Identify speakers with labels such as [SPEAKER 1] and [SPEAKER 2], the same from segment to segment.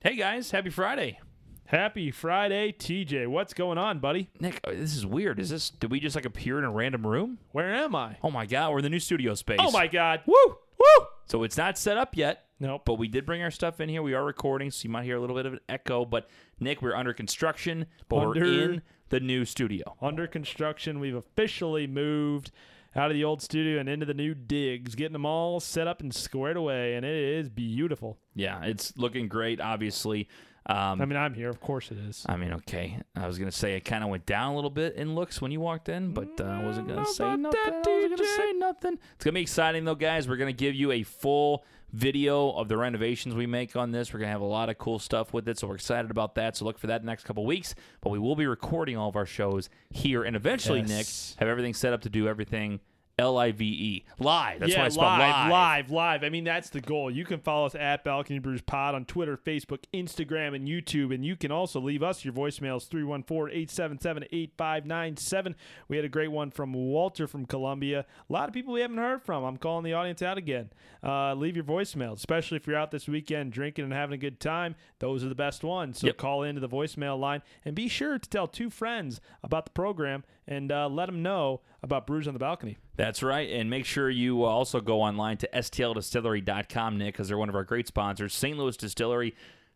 [SPEAKER 1] Hey guys, happy Friday.
[SPEAKER 2] Happy Friday, TJ. What's going on, buddy?
[SPEAKER 1] Nick, uh, this is weird. Is this did we just like appear in a random room?
[SPEAKER 2] Where am I?
[SPEAKER 1] Oh my god, we're in the new studio space.
[SPEAKER 2] Oh my God. Woo! Woo!
[SPEAKER 1] So it's not set up yet,
[SPEAKER 2] Nope.
[SPEAKER 1] but we did bring our stuff in here. We are recording, so you might hear a little bit of an echo, but Nick, we're under construction, but
[SPEAKER 2] Under-
[SPEAKER 1] we're in the new studio.
[SPEAKER 2] Under construction. We've officially moved out of the old studio and into the new digs, getting them all set up and squared away, and it is beautiful.
[SPEAKER 1] Yeah, it's looking great obviously. Um
[SPEAKER 2] I mean, I'm here. Of course it is.
[SPEAKER 1] I mean, okay. I was gonna say it kind of went down a little bit in looks when you walked in, but uh, I wasn't gonna
[SPEAKER 2] know
[SPEAKER 1] say
[SPEAKER 2] Mm, about
[SPEAKER 1] nothing.
[SPEAKER 2] that,
[SPEAKER 1] I wasn't gonna
[SPEAKER 2] DJ.
[SPEAKER 1] say nothing. It's gonna be exciting though, guys. We're gonna give you a full video of the renovations we make on this. We're gonna have a lot of cool stuff with it, so we're excited about that. So look for that in the next couple weeks. But we will be recording all of our shows here, and eventually,
[SPEAKER 2] Yes.
[SPEAKER 1] Nick, have everything set up to do everything. L I V E live. That's
[SPEAKER 2] yeah,
[SPEAKER 1] why I
[SPEAKER 2] live,
[SPEAKER 1] spelled live.
[SPEAKER 2] live, live, I mean, that's the goal. You can follow us at Balcony Brews Pod on Twitter, Facebook, Instagram, and YouTube. And you can also leave us your voicemails 314 877 8597. We had a great one from Walter from Columbia. A lot of people we haven't heard from. I'm calling the audience out again. Uh, leave your voicemails, especially if you're out this weekend drinking and having a good time. Those are the best ones. So
[SPEAKER 1] Yep.
[SPEAKER 2] call into the voicemail line and be sure to tell two friends about the program and uh, let them know about Brews on the Balcony.
[SPEAKER 1] That's right. And make sure you uh, also go online to stldistillery.com, Nick, because they're one of our great sponsors. St. Louis Distillery,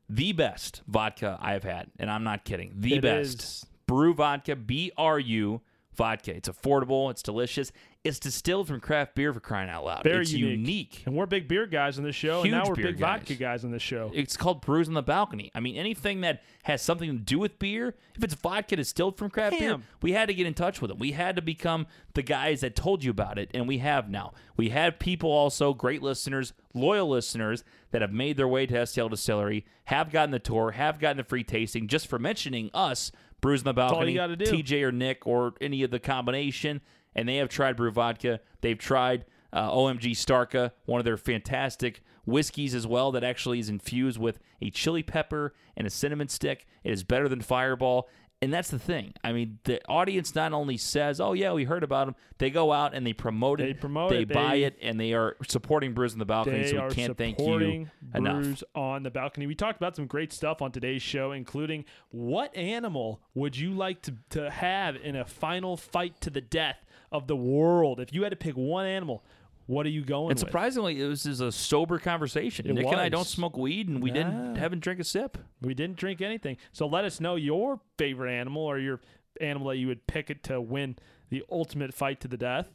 [SPEAKER 1] the best vodka I've had. And I'm not kidding. The
[SPEAKER 2] It
[SPEAKER 1] best.
[SPEAKER 2] is.
[SPEAKER 1] Brew vodka, B R U vodka. It's affordable, it's delicious. It's distilled from craft beer for crying out loud.
[SPEAKER 2] Very
[SPEAKER 1] it's
[SPEAKER 2] unique.
[SPEAKER 1] unique.
[SPEAKER 2] And we're big beer guys on this show,
[SPEAKER 1] Huge
[SPEAKER 2] and now we're
[SPEAKER 1] beer
[SPEAKER 2] big
[SPEAKER 1] guys.
[SPEAKER 2] vodka guys on this show.
[SPEAKER 1] It's called Brews on the Balcony. I mean, anything that has something to do with beer, if it's vodka distilled from craft beer,
[SPEAKER 2] Damn.
[SPEAKER 1] we had to get in touch with them. We had to become the guys that told you about it, and we have now. We have people also, great listeners, loyal listeners, that have made their way to STL Distillery, have gotten the tour, have gotten the free tasting just for mentioning us, Brews on the
[SPEAKER 2] all
[SPEAKER 1] Balcony,
[SPEAKER 2] you gotta do.
[SPEAKER 1] TJ or Nick, or any of the combination. And they have tried Brew Vodka. They've tried uh, OMG Starka, one of their fantastic whiskeys as well, that actually is infused with a chili pepper and a cinnamon stick. It is better than Fireball. And that's the thing. I mean, the audience not only says, "Oh yeah, we heard about them," they go out and they promote it,
[SPEAKER 2] They promote
[SPEAKER 1] they
[SPEAKER 2] it,
[SPEAKER 1] buy
[SPEAKER 2] they-
[SPEAKER 1] it, and they are supporting Brews on the Balcony.
[SPEAKER 2] They
[SPEAKER 1] so
[SPEAKER 2] are
[SPEAKER 1] we can't thank you
[SPEAKER 2] supporting
[SPEAKER 1] enough.
[SPEAKER 2] Brews on the balcony. We talked about some great stuff on today's show, including what animal would you like to, to have in a final fight to the death of the world? If you had to pick one animal, what are you going
[SPEAKER 1] And
[SPEAKER 2] with?
[SPEAKER 1] surprisingly, this is a sober conversation. Nick and I
[SPEAKER 2] was.
[SPEAKER 1] don't smoke weed, and we didn't haven't drink a sip.
[SPEAKER 2] We didn't drink anything. So let us know your favorite animal or your animal that you would pick it to win the ultimate fight to the death.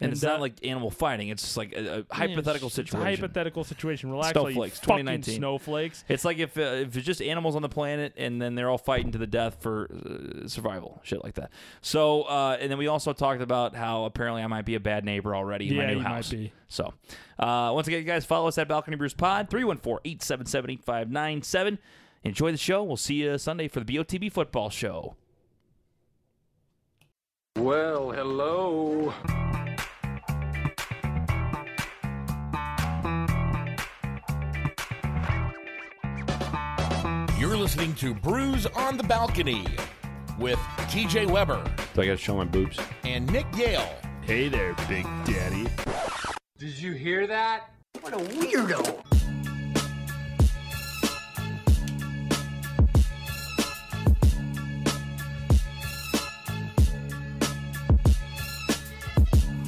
[SPEAKER 1] And, it's
[SPEAKER 2] uh,
[SPEAKER 1] not like animal fighting. It's just like a, a hypothetical
[SPEAKER 2] it's a
[SPEAKER 1] situation.
[SPEAKER 2] hypothetical situation. Relax,
[SPEAKER 1] Snowflakes,
[SPEAKER 2] all you fucking
[SPEAKER 1] 2019.
[SPEAKER 2] snowflakes.
[SPEAKER 1] it's like if uh, if it's just animals on the planet and then they're all fighting to the death for uh, survival, shit like that. So, uh, and then we also talked about how apparently I might be a bad neighbor already in my
[SPEAKER 2] Yeah,
[SPEAKER 1] new
[SPEAKER 2] you might
[SPEAKER 1] house.
[SPEAKER 2] be.
[SPEAKER 1] So, uh, once again, you guys follow us at Balcony Brews Pod 314-877-8597. Enjoy the show. We'll see you Sunday for the BOTB football show.
[SPEAKER 3] Well, hello.
[SPEAKER 4] You're listening to Brews on the Balcony with TJ Weber
[SPEAKER 5] Do I gotta show my boobs?
[SPEAKER 4] and Nick Yale.
[SPEAKER 2] Hey there, Big Daddy.
[SPEAKER 3] Did you hear that?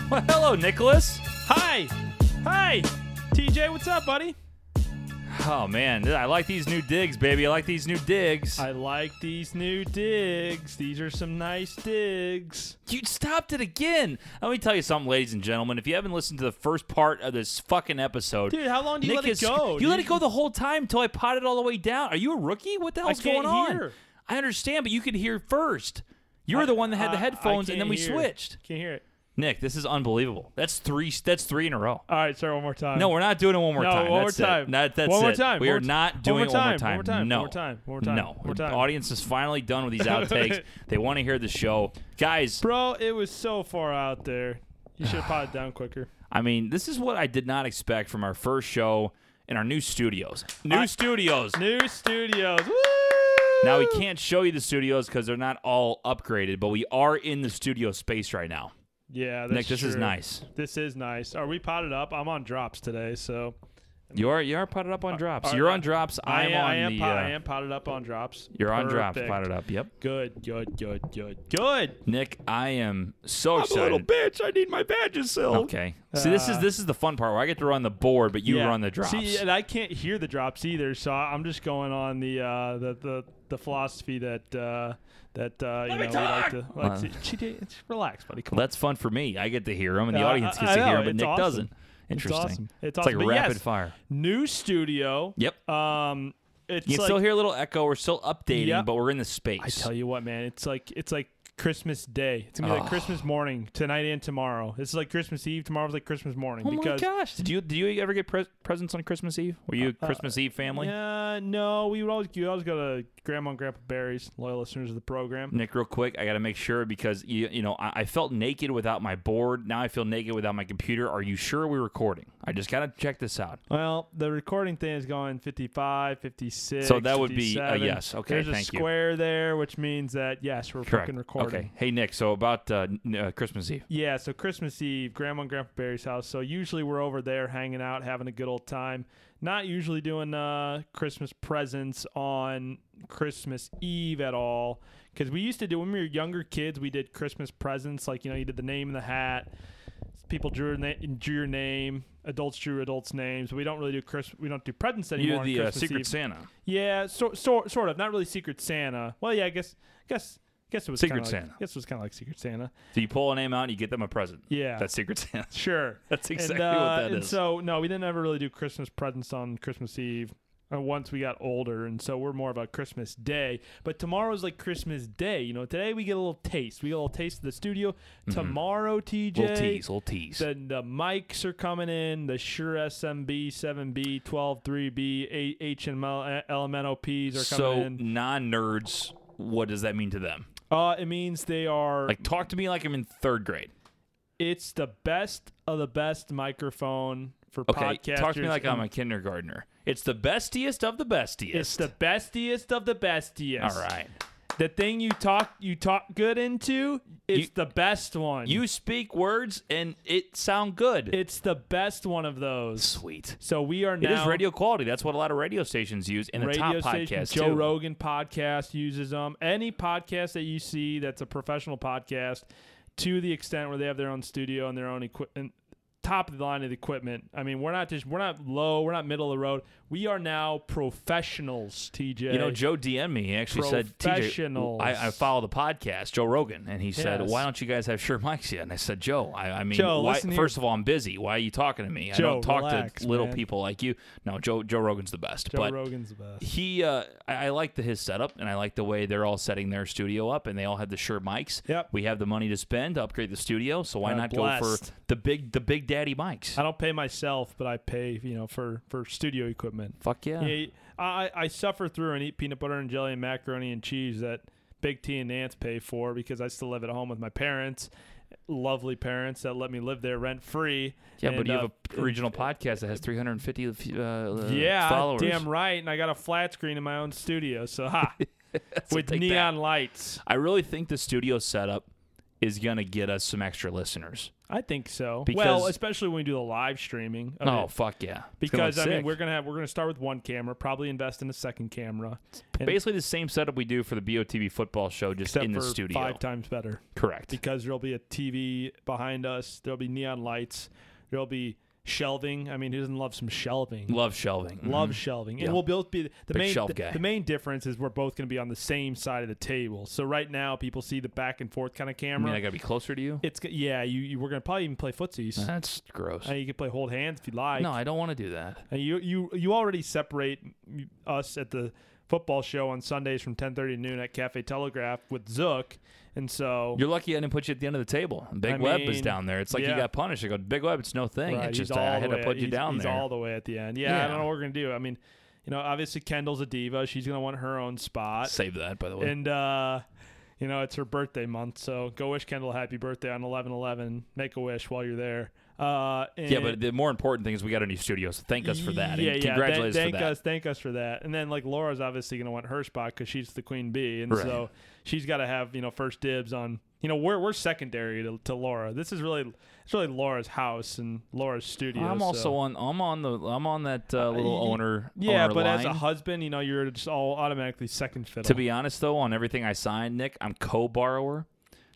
[SPEAKER 1] Well, hello, Nicholas.
[SPEAKER 2] Hi, hi, TJ. What's up, buddy?
[SPEAKER 1] Oh man, I like these new digs, baby. I like these new digs.
[SPEAKER 2] I like these new digs. These are some nice digs.
[SPEAKER 1] You stopped it again. Let me tell you something, ladies and gentlemen. If you haven't listened to the first part of this fucking episode,
[SPEAKER 2] Dude, how long do you
[SPEAKER 1] Nick
[SPEAKER 2] let it
[SPEAKER 1] is-
[SPEAKER 2] go,
[SPEAKER 1] You
[SPEAKER 2] dude?
[SPEAKER 1] let it go the whole time until I potted all the way down. Are you a rookie? What the hell's
[SPEAKER 2] can't
[SPEAKER 1] going on?
[SPEAKER 2] hear.
[SPEAKER 1] I understand, but you could hear first. You were the one that had the
[SPEAKER 2] I- I
[SPEAKER 1] headphones, and then
[SPEAKER 2] can't
[SPEAKER 1] we
[SPEAKER 2] hear.
[SPEAKER 1] switched.
[SPEAKER 2] Can't hear it.
[SPEAKER 1] Nick, this is unbelievable. That's three. That's three in a row.
[SPEAKER 2] All right, sorry. One more time.
[SPEAKER 1] No, we're not doing it one more
[SPEAKER 2] No,
[SPEAKER 1] time.
[SPEAKER 2] one
[SPEAKER 1] that's
[SPEAKER 2] more
[SPEAKER 1] it.
[SPEAKER 2] time.
[SPEAKER 1] That- that's
[SPEAKER 2] One more
[SPEAKER 1] it.
[SPEAKER 2] time.
[SPEAKER 1] We
[SPEAKER 2] One
[SPEAKER 1] are
[SPEAKER 2] more-
[SPEAKER 1] not
[SPEAKER 2] one
[SPEAKER 1] doing it
[SPEAKER 2] more
[SPEAKER 1] one more
[SPEAKER 2] time. One
[SPEAKER 1] time.
[SPEAKER 2] more time.
[SPEAKER 1] No.
[SPEAKER 2] One more time. One more time.
[SPEAKER 1] No.
[SPEAKER 2] One more time.
[SPEAKER 1] The audience is finally done with these outtakes. they want to hear the show. Guys,
[SPEAKER 2] bro, it was so far out there. You should have potted down quicker.
[SPEAKER 1] I mean, this is what I did not expect from our first show in our new studios. New studios.
[SPEAKER 2] New studios. Woo!
[SPEAKER 1] Now, we can't show you the studios because they're not all upgraded, but we are in the studio space right now.
[SPEAKER 2] Yeah, that's
[SPEAKER 1] Nick, this is
[SPEAKER 2] true.
[SPEAKER 1] nice.
[SPEAKER 2] This is nice. Are we potted up? I'm on drops today, so
[SPEAKER 1] You are you are potted up on drops.
[SPEAKER 2] are-
[SPEAKER 1] You're on drops.
[SPEAKER 2] Uh, I
[SPEAKER 1] I'm
[SPEAKER 2] am,
[SPEAKER 1] on
[SPEAKER 2] I am,
[SPEAKER 1] the.
[SPEAKER 2] pot-
[SPEAKER 1] uh,
[SPEAKER 2] I am potted up on drops.
[SPEAKER 1] You're on drops.
[SPEAKER 2] Perfect.
[SPEAKER 1] Potted up. Yep.
[SPEAKER 2] Good, good, good, good, good.
[SPEAKER 1] Nick, I am so excited.
[SPEAKER 2] bitch. I need my badges still.
[SPEAKER 1] Okay. See, this is
[SPEAKER 2] Uh,
[SPEAKER 1] this is the fun part where I get to run the board, but you run the drops.
[SPEAKER 2] See, and I can't hear the drops either, so I- I'm just going on the uh, the, the the philosophy that uh, that uh, you know we like to, like
[SPEAKER 1] Wow.
[SPEAKER 2] to she did- it's- relax, buddy. Come on.
[SPEAKER 1] That's fun for me. I get to hear them, and the
[SPEAKER 2] Uh,
[SPEAKER 1] audience
[SPEAKER 2] I-
[SPEAKER 1] gets
[SPEAKER 2] I
[SPEAKER 1] to hear
[SPEAKER 2] know,
[SPEAKER 1] them, but
[SPEAKER 2] it's
[SPEAKER 1] Nick
[SPEAKER 2] awesome.
[SPEAKER 1] doesn't. Interesting.
[SPEAKER 2] awesome. It's awesome,
[SPEAKER 1] like
[SPEAKER 2] but yes.
[SPEAKER 1] rapid fire.
[SPEAKER 2] New studio.
[SPEAKER 1] Yep.
[SPEAKER 2] Um, it's
[SPEAKER 1] You can
[SPEAKER 2] like,
[SPEAKER 1] still hear a little echo. We're still updating,
[SPEAKER 2] Yep.
[SPEAKER 1] but we're in the space.
[SPEAKER 2] I tell you what, man, it's like it's like Christmas Day. It's gonna be
[SPEAKER 1] Oh.
[SPEAKER 2] like Christmas morning tonight and tomorrow. It's like Christmas Eve. Tomorrow's like Christmas morning
[SPEAKER 1] oh my
[SPEAKER 2] because
[SPEAKER 1] gosh! Did you did you ever get pres presents on Christmas Eve? Were you a Christmas Eve family?
[SPEAKER 2] Uh, no, we would always you always go to Grandma and Grandpa Barry's, loyal listeners of the program.
[SPEAKER 1] Nick, real quick, I got to make sure because you you know I, I felt naked without my board. Now I feel naked without my computer. Are you sure we're recording? I just gotta check this out.
[SPEAKER 2] Well, the recording thing is going 55, 56.
[SPEAKER 1] So that would be a
[SPEAKER 2] 57.
[SPEAKER 1] yes. Okay,
[SPEAKER 2] There's
[SPEAKER 1] thank
[SPEAKER 2] a
[SPEAKER 1] you.
[SPEAKER 2] square there, which means that yes, we're
[SPEAKER 1] Correct.
[SPEAKER 2] fucking recording.
[SPEAKER 1] Okay. Hey Nick, so about uh, n- uh, Christmas Eve.
[SPEAKER 2] Yeah, so Christmas Eve, Grandma and Grandpa Barry's house. So usually we're over there hanging out, having a good old time. Not usually doing uh, Christmas presents on Christmas Eve at all. Because we used to do, when we were younger kids, we did Christmas presents. Like, you know, you did the name and the hat. People drew, na- drew your name. Adults drew adults' names. We don't really do Chris. We don't do presents
[SPEAKER 1] You're
[SPEAKER 2] anymore.
[SPEAKER 1] the
[SPEAKER 2] on
[SPEAKER 1] uh,
[SPEAKER 2] Christmas
[SPEAKER 1] Secret
[SPEAKER 2] Eve.
[SPEAKER 1] Santa.
[SPEAKER 2] Yeah, sort so, sort of. Not really Secret Santa. Well, yeah, I guess guess guess it was
[SPEAKER 1] Secret
[SPEAKER 2] kinda
[SPEAKER 1] Santa.
[SPEAKER 2] Like, guess it was kind of like Secret Santa.
[SPEAKER 1] So you pull a name out and you get them a present.
[SPEAKER 2] Yeah.
[SPEAKER 1] That's Secret Santa.
[SPEAKER 2] Sure.
[SPEAKER 1] That's exactly
[SPEAKER 2] and,
[SPEAKER 1] what
[SPEAKER 2] uh,
[SPEAKER 1] that
[SPEAKER 2] and
[SPEAKER 1] is.
[SPEAKER 2] So no, we didn't ever really do Christmas presents on Christmas Eve. uh, Once we got older, and so we're more of a Christmas day. But tomorrow's like Christmas day. You know, today we get a little taste. We get a little taste of the studio. Tomorrow, TJ.
[SPEAKER 1] Mm-hmm. Little tease, little tease.
[SPEAKER 2] The, the mics are coming in. The Sure SMB, 7B, 12, 3B, A- HML, uh, LMNOPs are
[SPEAKER 1] so
[SPEAKER 2] coming in.
[SPEAKER 1] non nerds, what does that mean to them?
[SPEAKER 2] Uh, it means they are.
[SPEAKER 1] Like talk to me like I'm in third grade.
[SPEAKER 2] it's the best of the best microphone for
[SPEAKER 1] Okay.
[SPEAKER 2] podcasters.
[SPEAKER 1] Talk to me like I'm
[SPEAKER 2] and
[SPEAKER 1] a kindergartner. It's the bestiest of the bestiest.
[SPEAKER 2] It's the bestiest of the bestiest.
[SPEAKER 1] all right.
[SPEAKER 2] The thing you talk you talk good into, it's
[SPEAKER 1] You-
[SPEAKER 2] the best one.
[SPEAKER 1] You speak words and it sound good.
[SPEAKER 2] it's the best one of those.
[SPEAKER 1] Sweet.
[SPEAKER 2] So we are
[SPEAKER 1] It
[SPEAKER 2] now
[SPEAKER 1] is radio quality. That's what a lot of radio stations use and the top
[SPEAKER 2] radio station.
[SPEAKER 1] podcasts
[SPEAKER 2] Joe
[SPEAKER 1] too.
[SPEAKER 2] Rogan podcast uses them. Any podcast that you see that's a professional podcast, to the extent where they have their own studio and their own equipment, top of the line of the equipment. I mean, we're not just we're not low, we're not middle of the road. We are now professionals, TJ.
[SPEAKER 1] You know, Joe DM'd me. He actually said, TJ,
[SPEAKER 2] Professionals.
[SPEAKER 1] I, I follow the podcast, Joe Rogan, and he said,
[SPEAKER 2] Yes.
[SPEAKER 1] why don't you guys have sure mics yet? And I said, Joe, I, I mean,
[SPEAKER 2] Joe,
[SPEAKER 1] why,
[SPEAKER 2] listen here.
[SPEAKER 1] first of all, I'm busy. Why are you talking to me? I
[SPEAKER 2] Joe,
[SPEAKER 1] don't talk
[SPEAKER 2] relax,
[SPEAKER 1] to little
[SPEAKER 2] man.
[SPEAKER 1] people like you. No, Joe Joe Rogan's the best.
[SPEAKER 2] Joe
[SPEAKER 1] but
[SPEAKER 2] Rogan's the best.
[SPEAKER 1] he, uh, I, I like the, his setup, and I like the way they're all setting their studio up, and they all have the sure mics.
[SPEAKER 2] Yep.
[SPEAKER 1] We have the money to spend to upgrade the studio, so why
[SPEAKER 2] God
[SPEAKER 1] not go for
[SPEAKER 2] blessed.
[SPEAKER 1] the big, the big daddy mics?
[SPEAKER 2] I don't pay myself, but I pay, you know, for for studio equipment.
[SPEAKER 1] Fuck yeah.
[SPEAKER 2] Yeah, I, I suffer through and eat peanut butter and jelly and macaroni and cheese that Big T and Nance pay for because I still live at home with my parents, lovely parents that let me live there rent free.
[SPEAKER 1] Yeah, but
[SPEAKER 2] And,
[SPEAKER 1] you
[SPEAKER 2] uh,
[SPEAKER 1] have a regional podcast that has 350 uh,
[SPEAKER 2] yeah,
[SPEAKER 1] followers.
[SPEAKER 2] damn right, and I got a flat screen in my own studio, so ha, with
[SPEAKER 1] take
[SPEAKER 2] neon lights.
[SPEAKER 1] I really think the studio setup is going to get us some extra listeners.
[SPEAKER 2] I think so.
[SPEAKER 1] Because-
[SPEAKER 2] well, especially when we do the live streaming. of
[SPEAKER 1] Oh,
[SPEAKER 2] it.
[SPEAKER 1] fuck yeah. It's gonna look
[SPEAKER 2] because I mean
[SPEAKER 1] sick.
[SPEAKER 2] we're gonna have we're gonna start with one camera, probably invest in a second camera, and-
[SPEAKER 1] basically the same setup we do for the BOTB football show, just
[SPEAKER 2] except
[SPEAKER 1] in the
[SPEAKER 2] for
[SPEAKER 1] studio.
[SPEAKER 2] five times better.
[SPEAKER 1] Correct.
[SPEAKER 2] because there'll be a TV behind us. There'll be neon lights. There'll be shelving. I mean, who doesn't love some shelving?
[SPEAKER 1] Love shelving.
[SPEAKER 2] Love shelving, and
[SPEAKER 1] mm-hmm. Yeah.
[SPEAKER 2] we'll both be the main.
[SPEAKER 1] shelf
[SPEAKER 2] the,
[SPEAKER 1] guy.
[SPEAKER 2] the main difference is we're both going to be on the same side of the table. So right now, people see the back and forth kind
[SPEAKER 1] I
[SPEAKER 2] of camera.
[SPEAKER 1] Mm-hmm. mean, I got to be closer to you.
[SPEAKER 2] it's g- yeah, you, you we're going to probably even play footsies.
[SPEAKER 1] That's gross.
[SPEAKER 2] Uh, you can play hold hands if you like.
[SPEAKER 1] Uh-huh. no, I don't want to do that.
[SPEAKER 2] And you you you already separate us at the football show on Sundays from ten thirty to noon at Cafe Telegraph with Zook, and so
[SPEAKER 1] You're lucky I didn't put you at the end of the table. Big
[SPEAKER 2] I
[SPEAKER 1] Web is
[SPEAKER 2] mean,
[SPEAKER 1] down there. It's like you
[SPEAKER 2] yeah.
[SPEAKER 1] got punished. I go, Big Web, it's no thing.
[SPEAKER 2] Right,
[SPEAKER 1] it's
[SPEAKER 2] he's
[SPEAKER 1] just I
[SPEAKER 2] all
[SPEAKER 1] had
[SPEAKER 2] the
[SPEAKER 1] to
[SPEAKER 2] way-
[SPEAKER 1] put you
[SPEAKER 2] he's-
[SPEAKER 1] down
[SPEAKER 2] he's
[SPEAKER 1] there.
[SPEAKER 2] all the way at the end. Yeah, I
[SPEAKER 1] Yeah.
[SPEAKER 2] don't know what we're gonna do. I mean, you know, obviously Kendall's a diva. She's gonna want her own spot,
[SPEAKER 1] Save that, by the way.
[SPEAKER 2] and uh, you know, it's her birthday month, so go wish Kendall a happy birthday on eleven eleven. Make a wish while you're there. Uh,
[SPEAKER 1] yeah,
[SPEAKER 2] and-
[SPEAKER 1] but the more important thing is we got a new studio, so thank us for that.
[SPEAKER 2] Yeah,
[SPEAKER 1] and
[SPEAKER 2] yeah.
[SPEAKER 1] Congratulate
[SPEAKER 2] thank
[SPEAKER 1] us for that.
[SPEAKER 2] us, thank us for that. And then like Laura's obviously gonna want her spot because she's the queen bee, and
[SPEAKER 1] Right.
[SPEAKER 2] so she's got to have you know first dibs on you know, we're we're secondary to, to Laura. This is really it's really Laura's house and Laura's studio.
[SPEAKER 1] I'm also
[SPEAKER 2] so-
[SPEAKER 1] on. I'm on the. I'm on that uh, little
[SPEAKER 2] y-
[SPEAKER 1] owner.
[SPEAKER 2] Yeah,
[SPEAKER 1] owner
[SPEAKER 2] but
[SPEAKER 1] line.
[SPEAKER 2] as a husband, you know, you're just all automatically second fiddle.
[SPEAKER 1] To be honest, though, on everything I signed, Nick, I'm co-borrower.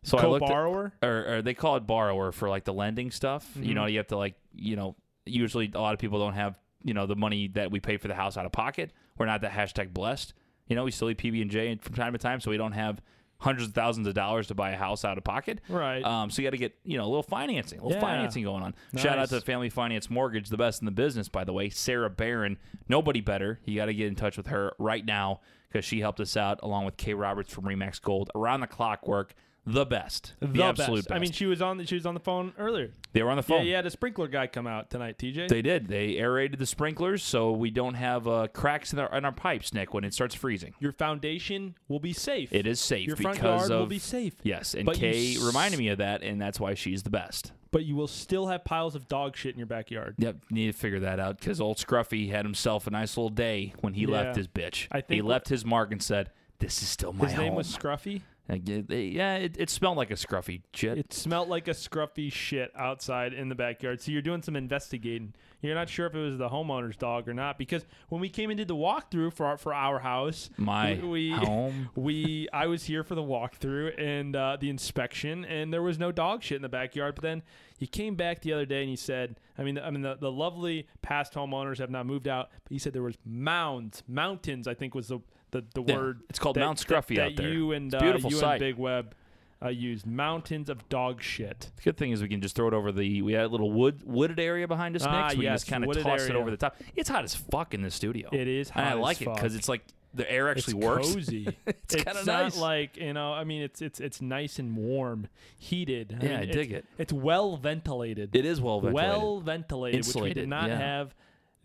[SPEAKER 1] So I looked. At,
[SPEAKER 2] co-borrower,
[SPEAKER 1] or, or they call it borrower for like the lending stuff.
[SPEAKER 2] Mm-hmm.
[SPEAKER 1] You know, you have to like. You know, usually a lot of people don't have you know the money that we pay for the house out of pocket. We're not that hashtag blessed. You know, we still eat PB and J from time to time, so we don't have hundreds of thousands of dollars to buy a house out of pocket.
[SPEAKER 2] Right.
[SPEAKER 1] Um, so you got to get you know a little financing, a little
[SPEAKER 2] Yeah.
[SPEAKER 1] financing going on. Shout out
[SPEAKER 2] Nice.
[SPEAKER 1] to Family Finance Mortgage, the best in the business, by the way. Sarah Barron, nobody better. You got to get in touch with her right now because she helped us out along with Kay Roberts from Remax Gold. Around the clock work, the best, the,
[SPEAKER 2] the
[SPEAKER 1] absolute best.
[SPEAKER 2] best. I mean, she was on the, she was on the phone earlier.
[SPEAKER 1] they were on the
[SPEAKER 2] Yeah,
[SPEAKER 1] phone.
[SPEAKER 2] you had a sprinkler guy come out tonight, TJ.
[SPEAKER 1] They did. They aerated the sprinklers, so we don't have uh, cracks in our, in our pipes, Nick, when it starts freezing.
[SPEAKER 2] Your foundation will be safe.
[SPEAKER 1] It is safe
[SPEAKER 2] Your front
[SPEAKER 1] because
[SPEAKER 2] yard will
[SPEAKER 1] of-
[SPEAKER 2] be safe.
[SPEAKER 1] Yes, and
[SPEAKER 2] But you
[SPEAKER 1] Kay
[SPEAKER 2] s-
[SPEAKER 1] reminded me of that, and that's why she's the best.
[SPEAKER 2] But you will still have piles of dog shit in your backyard.
[SPEAKER 1] Yep, need to figure that out because old Scruffy had himself a nice little day when he left
[SPEAKER 2] Yeah.
[SPEAKER 1] his bitch.
[SPEAKER 2] I
[SPEAKER 1] he
[SPEAKER 2] think-
[SPEAKER 1] left his mark and said, "This is still my
[SPEAKER 2] His
[SPEAKER 1] home."
[SPEAKER 2] name was Scruffy.
[SPEAKER 1] Like, it- it- yeah, it, it smelled like a Scruffy shit.
[SPEAKER 2] It smelled like a scruffy shit outside in the backyard. So you're doing some investigating. You're not sure if it was the homeowner's dog or not because when we came and did the walkthrough for our, for our house,
[SPEAKER 1] My
[SPEAKER 2] we, we-
[SPEAKER 1] home.
[SPEAKER 2] we I was here for the walkthrough and uh, the inspection, and there was no dog shit in the backyard. But then you came back the other day and you said, I mean, I mean the, the lovely past homeowners have not moved out, but you said there was mounds, mountains. I think was the the, the
[SPEAKER 1] Yeah,
[SPEAKER 2] word.
[SPEAKER 1] it's called
[SPEAKER 2] that-
[SPEAKER 1] Mount Scruffy
[SPEAKER 2] that,
[SPEAKER 1] out there.
[SPEAKER 2] That you and
[SPEAKER 1] It's a
[SPEAKER 2] uh,
[SPEAKER 1] beautiful
[SPEAKER 2] you
[SPEAKER 1] site.
[SPEAKER 2] and Big Web uh, used mountains of dog shit.
[SPEAKER 1] The good thing is we can just throw it over the. We had a little wood wooded area behind us
[SPEAKER 2] Ah,
[SPEAKER 1] next. We can
[SPEAKER 2] yes,
[SPEAKER 1] just kind
[SPEAKER 2] wooded
[SPEAKER 1] of toss it
[SPEAKER 2] area.
[SPEAKER 1] over the top. It's hot as fuck in the studio.
[SPEAKER 2] It is
[SPEAKER 1] and I
[SPEAKER 2] hot as
[SPEAKER 1] like it
[SPEAKER 2] fuck.
[SPEAKER 1] because it's like the air actually
[SPEAKER 2] it's
[SPEAKER 1] works.
[SPEAKER 2] cozy. it's
[SPEAKER 1] kinda
[SPEAKER 2] not
[SPEAKER 1] nice.
[SPEAKER 2] like you know. I mean, it's it's it's nice and warm, heated. I
[SPEAKER 1] Yeah,
[SPEAKER 2] mean,
[SPEAKER 1] I dig
[SPEAKER 2] it's-
[SPEAKER 1] it.
[SPEAKER 2] It's well ventilated.
[SPEAKER 1] It is well ventilated.
[SPEAKER 2] well ventilated, which we
[SPEAKER 1] Insulated,
[SPEAKER 2] did not
[SPEAKER 1] yeah.
[SPEAKER 2] have